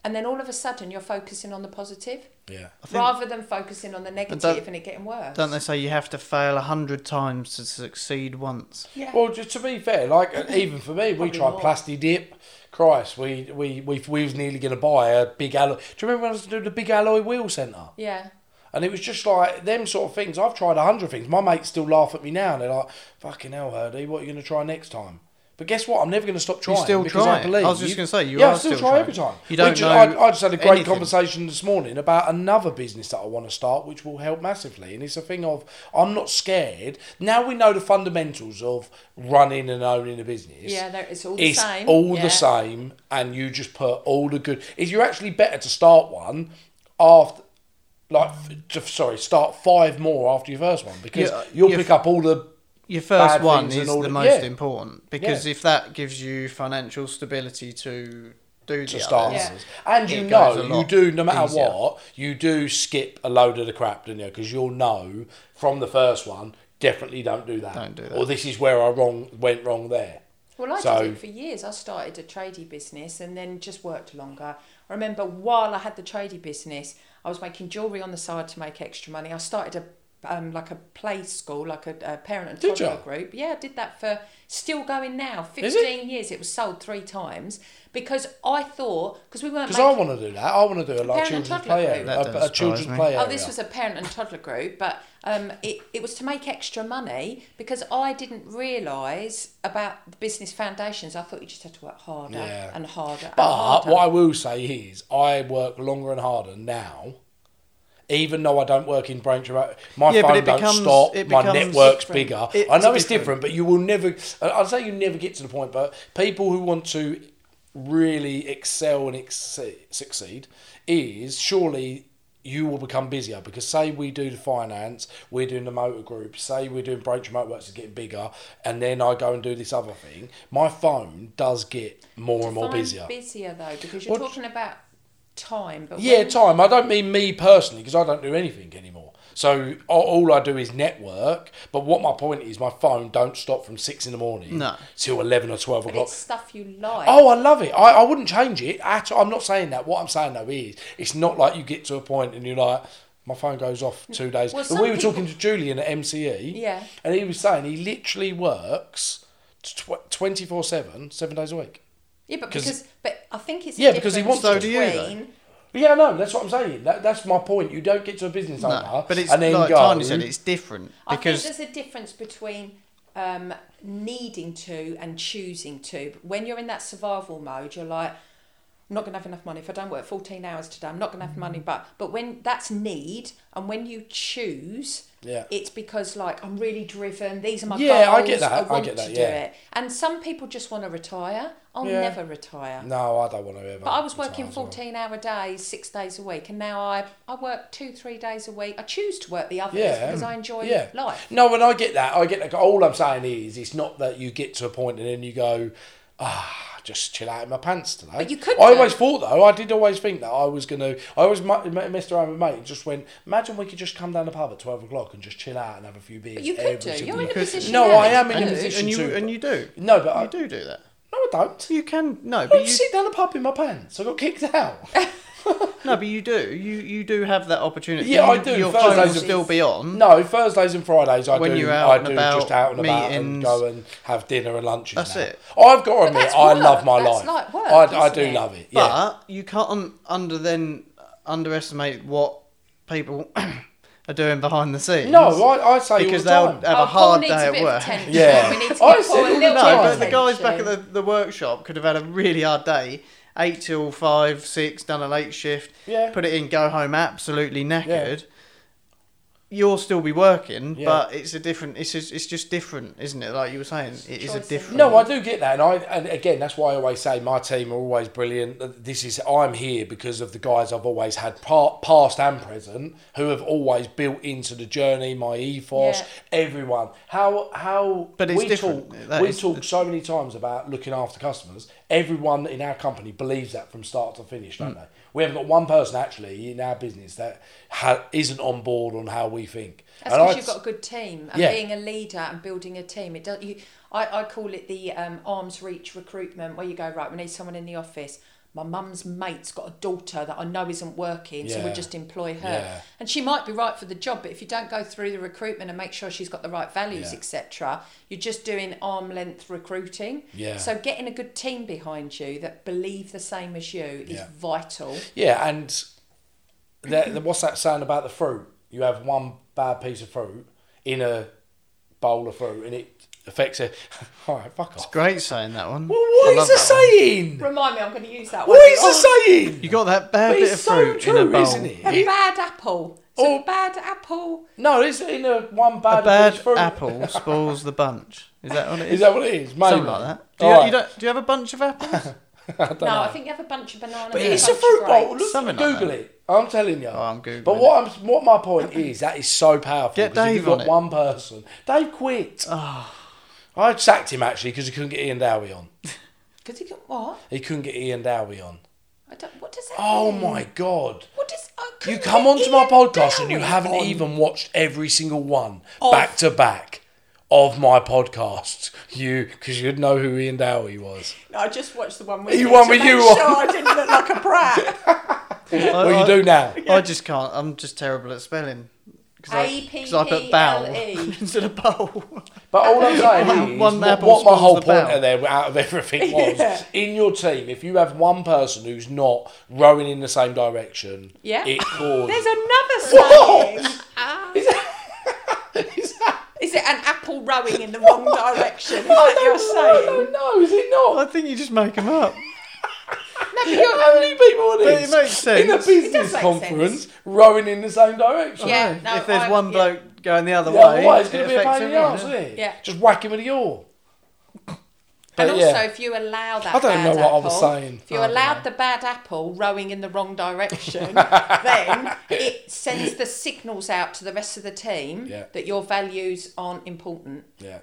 Speaker 4: And then all of a sudden you're focusing on the positive
Speaker 2: yeah,
Speaker 3: think-
Speaker 4: rather than focusing on the negative
Speaker 3: don't-
Speaker 4: and it getting worse.
Speaker 3: Don't they say you have to fail a hundred times to succeed once?
Speaker 4: yeah.
Speaker 2: Well, just to be fair, like uh, even for me, we
Speaker 4: Probably
Speaker 2: tried
Speaker 4: not.
Speaker 2: plasti dip. Christ, we we we we was nearly going to buy a big alloy. Do you remember when I was doing the big alloy wheel centre?
Speaker 4: yeah.
Speaker 2: And it was just like them sort of things. I've tried a hundred things. My mates still laugh at me now, and they're like, "Fucking hell, Herdy, what are you going to try next time?" But guess what? I'm never going to stop trying.
Speaker 3: still
Speaker 2: because
Speaker 3: try
Speaker 2: I
Speaker 3: it.
Speaker 2: believe.
Speaker 3: I was just gonna say, you
Speaker 2: yeah, I
Speaker 3: are
Speaker 2: still,
Speaker 3: still
Speaker 2: try
Speaker 3: trying.
Speaker 2: every time.
Speaker 3: You don't
Speaker 2: We ju-
Speaker 3: know
Speaker 2: I, I just had a great
Speaker 3: anything.
Speaker 2: conversation this morning about another business that I want to start, which will help massively. And it's a thing of I'm not scared. Now we know the fundamentals of running and owning a business.
Speaker 4: Yeah, they're- it's all the
Speaker 2: It's
Speaker 4: same.
Speaker 2: all
Speaker 4: Yeah.
Speaker 2: the same, and you just put all the good. If you're actually better to start one after, like, f- to, sorry, start five more after your first one because
Speaker 3: Yeah,
Speaker 2: you'll
Speaker 3: you've-
Speaker 2: pick up all the.
Speaker 3: Your
Speaker 2: Bad
Speaker 3: first one
Speaker 2: things
Speaker 3: is
Speaker 2: and all
Speaker 3: the
Speaker 2: that-
Speaker 3: most
Speaker 2: yeah.
Speaker 3: important because
Speaker 2: Yeah.
Speaker 3: if that gives you financial stability to do
Speaker 2: To
Speaker 3: the
Speaker 2: start,
Speaker 3: others,
Speaker 4: Yeah.
Speaker 2: with. and
Speaker 3: It
Speaker 2: you
Speaker 3: goes
Speaker 2: know
Speaker 3: a
Speaker 2: you
Speaker 3: lot
Speaker 2: do no matter
Speaker 3: easier.
Speaker 2: what you do skip a load of the crap, don't you? Because you'll know from the first one definitely don't do that.
Speaker 3: Don't do that.
Speaker 2: Or this is where I wrong went wrong there.
Speaker 4: Well, I
Speaker 2: So-
Speaker 4: did it for years. I started a tradie business and then just worked longer. I remember while I had the tradie business, I was making jewellery on the side to make extra money. I started a um, like a play school, like a, a parent and
Speaker 2: Did
Speaker 4: toddler
Speaker 2: you?
Speaker 4: group. Yeah, I did that for still going now.
Speaker 2: Is it?
Speaker 4: Fifteen years. It was sold three times because I thought because we weren't
Speaker 2: Because
Speaker 4: making.
Speaker 2: I want to do that. I want to do a like
Speaker 4: Parent and
Speaker 2: children's
Speaker 4: toddler
Speaker 2: play
Speaker 4: group.
Speaker 2: area,
Speaker 3: That doesn't
Speaker 2: a, a
Speaker 3: surprise
Speaker 2: children's
Speaker 3: me.
Speaker 2: play area.
Speaker 4: Oh, this was a parent and toddler group, but um, it, it was to make extra money because I didn't realise about the business foundations. I thought you just had to work harder
Speaker 2: Yeah.
Speaker 4: and harder. and
Speaker 2: But
Speaker 4: harder.
Speaker 2: what I will say is, I work longer and harder now. Even though I don't work in branch, my
Speaker 3: Yeah, but
Speaker 2: phone
Speaker 3: it becomes-
Speaker 2: don't stop.
Speaker 3: it
Speaker 2: My
Speaker 3: becomes
Speaker 2: network's
Speaker 3: different.
Speaker 2: bigger.
Speaker 3: It's
Speaker 2: I know it's different,
Speaker 3: different.
Speaker 2: but you will never. I'd say you never get to the point. But people who want to really excel and exce- succeed is surely you will become busier because say we do the finance, we're doing the motor group, say we're doing Broach Motor Works is getting bigger, and then I go and do this other thing, my phone does get more and more
Speaker 4: Define
Speaker 2: busier.
Speaker 4: busier though, because you're
Speaker 2: Well,
Speaker 4: talking about time. But
Speaker 2: Yeah,
Speaker 4: when-
Speaker 2: time. I don't mean me personally because I don't do anything anymore. So a- all I do is network. But what my point is, my phone don't stop from six in the morning
Speaker 3: No.
Speaker 2: till eleven or twelve
Speaker 4: but
Speaker 2: o'clock.
Speaker 4: it's stuff you like.
Speaker 2: Oh, I love it. I, I wouldn't change it at all. I'm not saying that. What I'm saying though is, it's not like you get to a point and you're like, my phone goes off two days.
Speaker 4: Well,
Speaker 2: but
Speaker 4: some
Speaker 2: we were
Speaker 4: people-
Speaker 2: talking to Julian at MCE.
Speaker 4: Yeah.
Speaker 2: And he was saying he literally works tw- 24 7, seven days a week.
Speaker 4: yeah, but
Speaker 2: 'cause-
Speaker 4: because but I think it's
Speaker 2: Yeah, because he
Speaker 4: difference
Speaker 2: wants to. So
Speaker 3: do you, though?
Speaker 4: between-
Speaker 2: Yeah, no, that's what I'm saying. That, that's my point. You don't get to a business owner,
Speaker 3: No, but it's
Speaker 2: and then
Speaker 3: like
Speaker 2: go,
Speaker 3: Tanya said, it's different
Speaker 4: I think
Speaker 3: because
Speaker 4: there's a difference between um, needing to and choosing to. When you're in that survival mode, you're like, I'm not going to have enough money if I don't work 14 hours today. I'm not going to have
Speaker 2: Mm-hmm.
Speaker 4: money, but but when that's need and when you choose,
Speaker 2: Yeah.
Speaker 4: it's because like I'm really driven. These are my
Speaker 2: Yeah,
Speaker 4: goals.
Speaker 2: I get that, I
Speaker 4: want
Speaker 2: get that,
Speaker 4: to
Speaker 2: yeah.
Speaker 4: do it. And some people just want to retire. I'll
Speaker 2: Yeah.
Speaker 4: never retire.
Speaker 2: "Mm, No, I don't want to ever.
Speaker 4: But I was
Speaker 2: retire
Speaker 4: working
Speaker 2: as well.
Speaker 4: 14 hour days, six days a week, and now I, I work two, three days a week. I choose to work the others
Speaker 2: Yeah.
Speaker 4: because I enjoy
Speaker 2: Yeah.
Speaker 4: life.
Speaker 2: No, and I get that. I get that. All I'm saying is, it's not that you get to a point and then you go, ah, just chill out in my pants today.
Speaker 4: But you could
Speaker 2: I
Speaker 4: do.
Speaker 2: always thought though. I did always think that I was gonna. I always mu- m- messed around with mate. and Just went. Imagine we could just come down the pub at twelve o'clock and just chill out and have a few beers.
Speaker 4: But you could
Speaker 2: every
Speaker 4: do.
Speaker 2: single
Speaker 4: You're in a
Speaker 2: night."
Speaker 4: position
Speaker 2: No,
Speaker 4: now.
Speaker 2: I am in
Speaker 3: and,
Speaker 2: a
Speaker 3: and
Speaker 2: position
Speaker 3: you
Speaker 2: to.
Speaker 3: and you do.
Speaker 2: No, but I
Speaker 3: you do do that.
Speaker 2: No, I don't.
Speaker 3: Uh, You can no,
Speaker 2: I
Speaker 3: but you
Speaker 2: just sit down the pub in my pants. I got kicked out.
Speaker 3: no, but you do. You you do have that opportunity.
Speaker 2: Yeah, I
Speaker 3: You-
Speaker 2: do.
Speaker 3: Your
Speaker 2: Thursdays
Speaker 3: phone will
Speaker 2: and-
Speaker 3: still be on.
Speaker 2: No, Thursdays and Fridays I
Speaker 3: When
Speaker 2: do.
Speaker 3: you're out
Speaker 2: I
Speaker 3: and
Speaker 2: do
Speaker 3: about,
Speaker 2: just out and about and
Speaker 3: meetings.
Speaker 2: go and have dinner and lunches.
Speaker 3: That's
Speaker 2: now.
Speaker 3: it.
Speaker 2: I've got to admit,
Speaker 4: that's
Speaker 2: I
Speaker 4: work.
Speaker 2: love my
Speaker 4: That's
Speaker 2: life.
Speaker 4: like work,
Speaker 2: I, I
Speaker 4: isn't
Speaker 2: do
Speaker 4: it?
Speaker 2: love it. Yeah.
Speaker 3: But you can't under then underestimate what people are doing behind the scenes.
Speaker 2: no, I, I say
Speaker 3: because
Speaker 2: all
Speaker 3: they'll
Speaker 2: the time.
Speaker 3: have
Speaker 4: Oh,
Speaker 3: a hard
Speaker 4: Paul needs
Speaker 3: day
Speaker 4: a
Speaker 3: at
Speaker 4: bit
Speaker 3: work.
Speaker 4: Of attention.
Speaker 2: Yeah.
Speaker 4: we need to give
Speaker 2: I
Speaker 4: Paul
Speaker 2: said
Speaker 4: a
Speaker 2: all the
Speaker 4: little bit
Speaker 2: time.
Speaker 3: No,
Speaker 4: of
Speaker 3: but the guys
Speaker 4: attention.
Speaker 3: back at the, the workshop could have had a really hard day. Eight till five, six, done a late shift,
Speaker 2: Yeah.
Speaker 3: put it in, go home absolutely knackered. You'll still be working,
Speaker 2: Yeah.
Speaker 3: but it's a different. It's just, it's just different, isn't it? Like you were saying, it is a
Speaker 4: Choices.
Speaker 3: different.
Speaker 2: No, I do get that, and I and again that's why I always say my team are always brilliant. This is I'm here because of the guys I've always had, part, past and present, who have always built into the journey my ethos.
Speaker 4: Yeah.
Speaker 2: Everyone, how how
Speaker 3: But it's
Speaker 2: we
Speaker 3: different.
Speaker 2: talk
Speaker 3: That
Speaker 2: we
Speaker 3: is-
Speaker 2: talk so many times about looking after customers. Everyone in our company believes that from start to finish,
Speaker 3: Hmm.
Speaker 2: don't they? We haven't got one person actually in our business that ha- isn't on board on how we think.
Speaker 4: That's
Speaker 2: And
Speaker 4: because
Speaker 2: I-
Speaker 4: you've got a good team and
Speaker 2: Yeah.
Speaker 4: being a leader and building a team. It does. You, I, I call it the um, arms reach recruitment, where you go right. We need someone in the office. My mum's mate's got a daughter that I know isn't working, so
Speaker 2: Yeah.
Speaker 4: we'll just employ her.
Speaker 2: Yeah.
Speaker 4: And she might be right for the job, but if you don't go through the recruitment and make sure she's got the right values,
Speaker 2: Yeah.
Speaker 4: etc., you're just doing arm length recruiting.
Speaker 2: Yeah.
Speaker 4: So getting a good team behind you that believe the same as you is
Speaker 2: Yeah.
Speaker 4: vital.
Speaker 2: Yeah, and the, the, what's that saying about the fruit? You have one bad piece of fruit in a bowl of fruit, and it affects it. All right, fuck off.
Speaker 3: Great saying that one.
Speaker 2: Well, what
Speaker 3: I
Speaker 2: is
Speaker 3: love
Speaker 2: the
Speaker 3: that one.
Speaker 2: saying?
Speaker 4: Remind me, I'm going to use that.
Speaker 2: What
Speaker 4: one.
Speaker 2: is the saying?
Speaker 3: You got that bad
Speaker 2: But
Speaker 3: bit
Speaker 2: it's
Speaker 3: of
Speaker 2: so
Speaker 3: fruit
Speaker 2: true,
Speaker 3: in a bowl.
Speaker 2: isn't it?
Speaker 4: Oh, A bad apple. It's
Speaker 2: Oh.
Speaker 4: a bad apple.
Speaker 2: No, it's in a one
Speaker 3: A
Speaker 2: bad, piece
Speaker 3: bad
Speaker 2: of fruit.
Speaker 3: apple spoils the bunch. Is that what it is?
Speaker 2: Is that what it is? Maybe.
Speaker 3: Something like that. Do you,
Speaker 2: All right.
Speaker 3: you don't, do you have a bunch of apples?
Speaker 4: no, I think you have a bunch of banana.
Speaker 2: But
Speaker 4: and
Speaker 2: it's a
Speaker 4: bunch
Speaker 2: fruit
Speaker 4: of
Speaker 2: bowl.
Speaker 4: grapes.
Speaker 2: Look,
Speaker 3: Something like
Speaker 2: Google
Speaker 3: that. Oh,
Speaker 2: it. I'm telling you.
Speaker 3: I'm Googling
Speaker 2: But what I'm, what my point is, that is so powerful.
Speaker 3: Get
Speaker 2: 'cause if
Speaker 3: Dave
Speaker 2: you've got
Speaker 3: on it. Ah.
Speaker 2: one person. Dave quit. I sacked him actually because he couldn't get Ian Dowie on.
Speaker 4: Because he can what?
Speaker 2: He couldn't get Ian Dowie on.
Speaker 4: I don't, what does that?
Speaker 2: Oh
Speaker 4: mean?
Speaker 2: my god.
Speaker 4: What oh, does? I
Speaker 2: You
Speaker 4: couldn't
Speaker 2: come
Speaker 4: get
Speaker 2: onto my
Speaker 4: Ian
Speaker 2: podcast and you
Speaker 4: Dowie
Speaker 2: haven't
Speaker 4: on.
Speaker 2: even watched every single one
Speaker 4: Of-
Speaker 2: back to back of my podcasts. You because you'd know who Ian Dowie was.
Speaker 4: No, I just watched the one with
Speaker 2: You
Speaker 4: you.
Speaker 2: one
Speaker 4: to
Speaker 2: with
Speaker 4: make
Speaker 2: you
Speaker 4: Sure,
Speaker 2: on.
Speaker 4: I didn't look like a brat.
Speaker 2: well,
Speaker 3: Uh,
Speaker 2: you do now.
Speaker 3: I just can't. I'm just terrible at spelling. I-
Speaker 4: E.
Speaker 3: 'cause I put bowl
Speaker 4: A-P-P-L-E.
Speaker 3: instead of bowl.
Speaker 2: But all I'm saying is,
Speaker 3: One
Speaker 2: what,
Speaker 3: apple
Speaker 2: what my
Speaker 3: spoils
Speaker 2: whole
Speaker 3: the
Speaker 2: point
Speaker 3: bowl.
Speaker 2: of there out of everything was
Speaker 4: Yeah.
Speaker 2: in your team. If you have one person who's not rowing in the same direction,
Speaker 4: Yeah.
Speaker 2: it
Speaker 4: There's
Speaker 2: causes.
Speaker 4: another saying.
Speaker 2: is that,
Speaker 4: Is it an apple rowing in the wrong direction? Is that
Speaker 2: I
Speaker 4: your saying?
Speaker 2: don't know. Is it not?
Speaker 3: I think you just make them up.
Speaker 2: How many people are
Speaker 3: But
Speaker 2: this?
Speaker 3: it makes
Speaker 2: In a
Speaker 3: sense.
Speaker 4: It
Speaker 2: business
Speaker 4: does make
Speaker 2: conference, rowing in the same direction.
Speaker 4: Yeah,
Speaker 3: Right.
Speaker 4: no,
Speaker 3: if there's
Speaker 4: I-
Speaker 3: one
Speaker 4: yeah.
Speaker 3: bloke going the other
Speaker 2: Yeah,
Speaker 3: way,
Speaker 2: otherwise it's
Speaker 3: it
Speaker 2: going to be a
Speaker 3: affects
Speaker 2: pain in the
Speaker 3: everyone,
Speaker 2: arse,
Speaker 3: yeah.
Speaker 2: isn't it?
Speaker 4: Yeah.
Speaker 2: Just whack him with a yaw. But
Speaker 4: and
Speaker 2: yeah.
Speaker 4: also, if you allow that,
Speaker 2: I don't
Speaker 4: bad
Speaker 2: know what I was
Speaker 4: apple-
Speaker 2: saying.
Speaker 4: If you
Speaker 2: I don't
Speaker 4: allowed the bad apple rowing in the wrong direction, then it sends the signals out to the rest of the team
Speaker 2: Yeah.
Speaker 4: that your values aren't important.
Speaker 2: Yeah,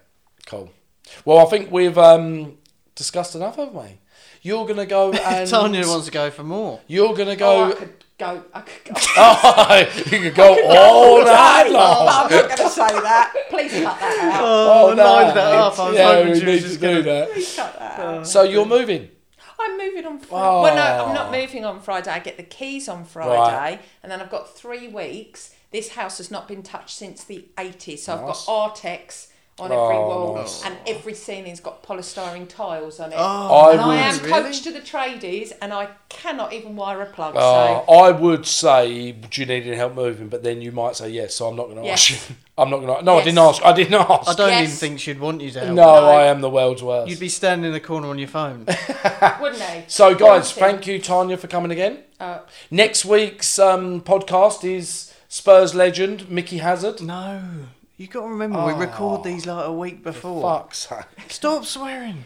Speaker 2: cool. Well, I think we've um, discussed enough, haven't we? You're gonna go and
Speaker 3: Tanya wants to go for more.
Speaker 2: you're gonna go.
Speaker 4: Oh, I could go. I could go.
Speaker 2: Oh, you could go all night long.
Speaker 4: Oh, I'm not going to say that. Please cut that out.
Speaker 2: Oh,
Speaker 3: lined that up. I was
Speaker 2: yeah,
Speaker 3: hoping
Speaker 2: we
Speaker 3: she was
Speaker 2: need to
Speaker 3: just
Speaker 2: do
Speaker 3: gonna-
Speaker 2: that.
Speaker 4: Please cut that out.
Speaker 2: So you're moving.
Speaker 4: I'm moving on Friday.
Speaker 2: Oh.
Speaker 4: Well, no, I'm not moving on Friday. I get the keys on Friday,
Speaker 2: Right.
Speaker 4: and then I've got three weeks. This house has not been touched since the 80s, so
Speaker 2: Nice.
Speaker 4: I've got Artex on every
Speaker 2: Oh,
Speaker 4: wall,
Speaker 2: nice. Oh,
Speaker 4: and every ceiling's got polystyrene tiles on it.
Speaker 2: I
Speaker 4: and I
Speaker 2: would-
Speaker 4: am
Speaker 3: really?
Speaker 4: coach to the tradies, and I cannot even wire a plug.
Speaker 2: Uh,
Speaker 4: so
Speaker 2: I would say, do you need any help moving? But then you might say yes. So I'm not going to
Speaker 4: Yes.
Speaker 2: ask you. I'm not going to. No, I
Speaker 4: Yes.
Speaker 2: didn't ask. I didn't ask.
Speaker 3: I don't
Speaker 4: Yes.
Speaker 3: even think she'd want you to
Speaker 2: no,
Speaker 3: help.
Speaker 2: I am the world's worst.
Speaker 3: You'd be standing in the corner on your phone.
Speaker 4: wouldn't they?
Speaker 2: so guys,
Speaker 4: Wanted.
Speaker 2: thank you, Tanya, for coming again.
Speaker 4: Uh,
Speaker 2: Next week's um, podcast is Spurs legend Mickey Hazard.
Speaker 3: no. you got to remember, we
Speaker 2: Oh.
Speaker 3: record these like a week before.
Speaker 2: Fuck's sake.
Speaker 3: Stop swearing.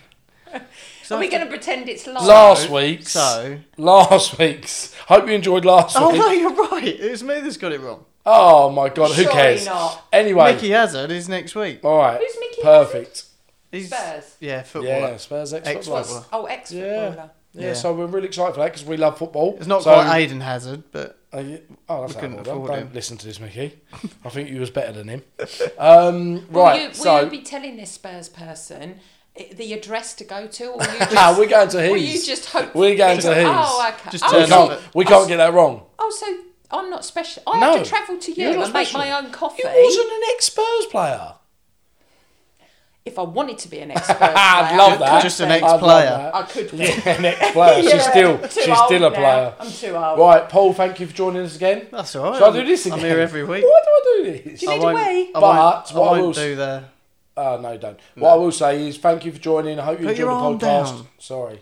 Speaker 4: Are we going to pretend it's live?
Speaker 2: Last week's.
Speaker 3: so-
Speaker 2: Last week's. Hope you enjoyed last
Speaker 3: Oh,
Speaker 2: week.
Speaker 3: no, you're right. It was me that's got it wrong.
Speaker 2: Oh my god, who
Speaker 4: Surely
Speaker 2: cares?
Speaker 4: not.
Speaker 2: Anyway,
Speaker 3: Mickey Hazard is next week.
Speaker 2: all right.
Speaker 4: Who's Mickey
Speaker 2: Perfect.
Speaker 3: He's,
Speaker 4: Spurs.
Speaker 3: Yeah, football.
Speaker 2: Yeah, Spurs ex-footballer.
Speaker 3: Ex-footballer.
Speaker 4: What's, oh, ex
Speaker 2: Yeah.
Speaker 4: footballer.
Speaker 2: Yeah,
Speaker 3: Yeah.
Speaker 2: so we're really excited for that because we love football.
Speaker 3: It's not
Speaker 2: so,
Speaker 3: quite Aiden Hazard, but
Speaker 2: Are you- oh, that's
Speaker 3: We
Speaker 2: out
Speaker 3: couldn't
Speaker 2: of order.
Speaker 3: afford
Speaker 2: Don't
Speaker 3: him.
Speaker 2: listen to this, Mickey. I think you was better than him. Um, right,
Speaker 4: will you, will
Speaker 2: so
Speaker 4: you be telling this Spurs person i- the address to go to, or will you
Speaker 2: Ah,
Speaker 4: just,
Speaker 2: we're going to
Speaker 4: will
Speaker 2: his.
Speaker 4: you just hope
Speaker 2: We're going to his.
Speaker 4: Oh, okay.
Speaker 3: Just
Speaker 2: we
Speaker 4: oh,
Speaker 3: turn
Speaker 4: so,
Speaker 3: up.
Speaker 2: can't, we can't get that wrong.
Speaker 4: oh, so I'm not special. I
Speaker 2: No.
Speaker 4: have to travel to you
Speaker 2: You're
Speaker 4: and
Speaker 2: not
Speaker 4: make
Speaker 2: special.
Speaker 4: my own coffee.
Speaker 2: You wasn't an ex-Spurs player.
Speaker 4: If I wanted to be an expert,
Speaker 2: I'd love that.
Speaker 3: Just an
Speaker 2: I'd love
Speaker 3: ex-player.
Speaker 2: that.
Speaker 4: I could. Be.
Speaker 2: Yeah, an ex-player. She's
Speaker 4: Yeah.
Speaker 2: still,
Speaker 4: Too
Speaker 2: she's still a
Speaker 4: old now.
Speaker 2: player.
Speaker 4: I'm too old.
Speaker 2: Right, Paul. Thank you for joining us again.
Speaker 3: that's all right.
Speaker 2: Shall I
Speaker 3: I'm-
Speaker 2: do this again?
Speaker 3: I'm here every week.
Speaker 2: Why do I do this?
Speaker 4: Do you
Speaker 3: I
Speaker 4: need a
Speaker 3: won't,
Speaker 4: way?
Speaker 3: I
Speaker 2: But
Speaker 3: won't, I
Speaker 2: what I
Speaker 3: won't
Speaker 2: will s-
Speaker 3: do the.
Speaker 2: Oh, no, don't. What I will say is thank you for joining. I hope you
Speaker 3: Put
Speaker 2: enjoyed
Speaker 3: your arm
Speaker 2: the podcast.
Speaker 3: down.
Speaker 2: Sorry.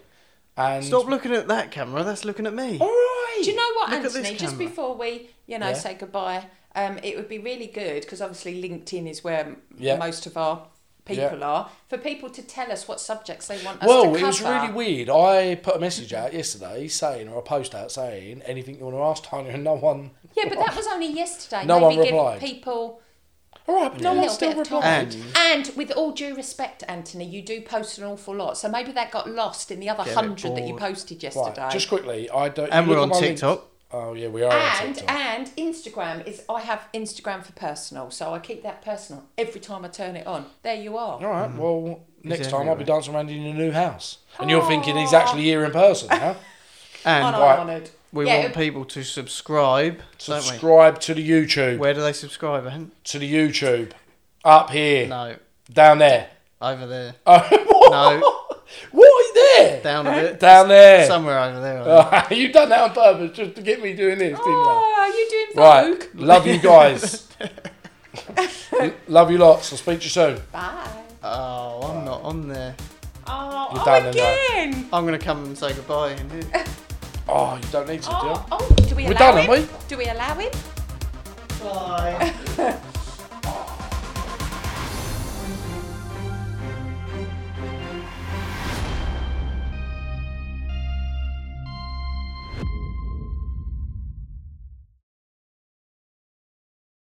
Speaker 2: And
Speaker 3: Stop looking at that camera. That's looking at me.
Speaker 4: Oh,
Speaker 2: All right.
Speaker 4: Do you know what,
Speaker 3: Look at this
Speaker 4: Anthony? Just
Speaker 3: camera.
Speaker 4: before we, you know,
Speaker 2: Yeah.
Speaker 4: say goodbye, um, it would be really good because obviously LinkedIn is where m-
Speaker 2: Yeah.
Speaker 4: most of our people
Speaker 2: Yeah.
Speaker 4: are for people to tell us what subjects they want us to
Speaker 2: Well,
Speaker 4: cover.
Speaker 2: it was really weird. I put a message out yesterday saying, or a post out saying, anything you want to ask Tanya, and no one.
Speaker 4: Yeah, but that was only yesterday.
Speaker 2: No
Speaker 4: Maybe
Speaker 2: one
Speaker 4: give
Speaker 2: replied.
Speaker 4: people
Speaker 2: All right, but no
Speaker 4: a
Speaker 2: one
Speaker 4: little
Speaker 2: still
Speaker 4: bit of time.
Speaker 2: replied.
Speaker 4: And,
Speaker 3: And-
Speaker 4: with all due respect, Anthony, you do post an awful lot, so maybe that got lost in the other
Speaker 3: Get a bit
Speaker 4: hundred that you
Speaker 3: bored.
Speaker 4: posted yesterday.
Speaker 2: Right, just quickly, I don't.
Speaker 3: And
Speaker 2: you
Speaker 3: we're
Speaker 2: look
Speaker 3: on
Speaker 2: at my
Speaker 3: TikTok.
Speaker 2: links- Oh yeah, we are on
Speaker 4: and
Speaker 2: TikTok.
Speaker 4: and Instagram is I have Instagram for personal, so I keep that personal every time I turn it on. There you are.
Speaker 2: All
Speaker 3: Mm.
Speaker 2: right. Well, next time I'll be
Speaker 3: everywhere.
Speaker 2: dancing around in your new house, and you're thinking he's actually here in person now.
Speaker 3: And
Speaker 4: And I'm
Speaker 2: Right.
Speaker 4: honoured.
Speaker 3: we
Speaker 4: Yeah,
Speaker 3: want people to subscribe, don't
Speaker 2: Subscribe to the
Speaker 3: we?
Speaker 2: YouTube.
Speaker 3: Where do they subscribe, Ant?
Speaker 2: To the YouTube. Up here.
Speaker 3: No,
Speaker 2: Down there.
Speaker 3: over there.
Speaker 2: Oh, what?
Speaker 3: No.
Speaker 2: What? There.
Speaker 3: Down a bit.
Speaker 2: Down there.
Speaker 3: Somewhere over there. I think.
Speaker 2: Oh, you done that on purpose just to get me doing this, didn't you?
Speaker 4: Oh, are you doing Vogue?
Speaker 2: Right. Love you guys. L- Love you lots. I'll speak to you soon.
Speaker 4: Bye.
Speaker 2: Ah.
Speaker 3: Oh, I'm not on there.
Speaker 4: Oh,
Speaker 2: You're
Speaker 4: oh,
Speaker 2: down in there.
Speaker 4: again.
Speaker 3: I'm going to come and say goodbye. And do-
Speaker 2: Oh, you don't need to, do you?
Speaker 4: Oh, oh, do we
Speaker 2: We're
Speaker 4: allow
Speaker 2: done,
Speaker 4: him?
Speaker 2: aren't
Speaker 4: Do we allow him?
Speaker 3: Bye.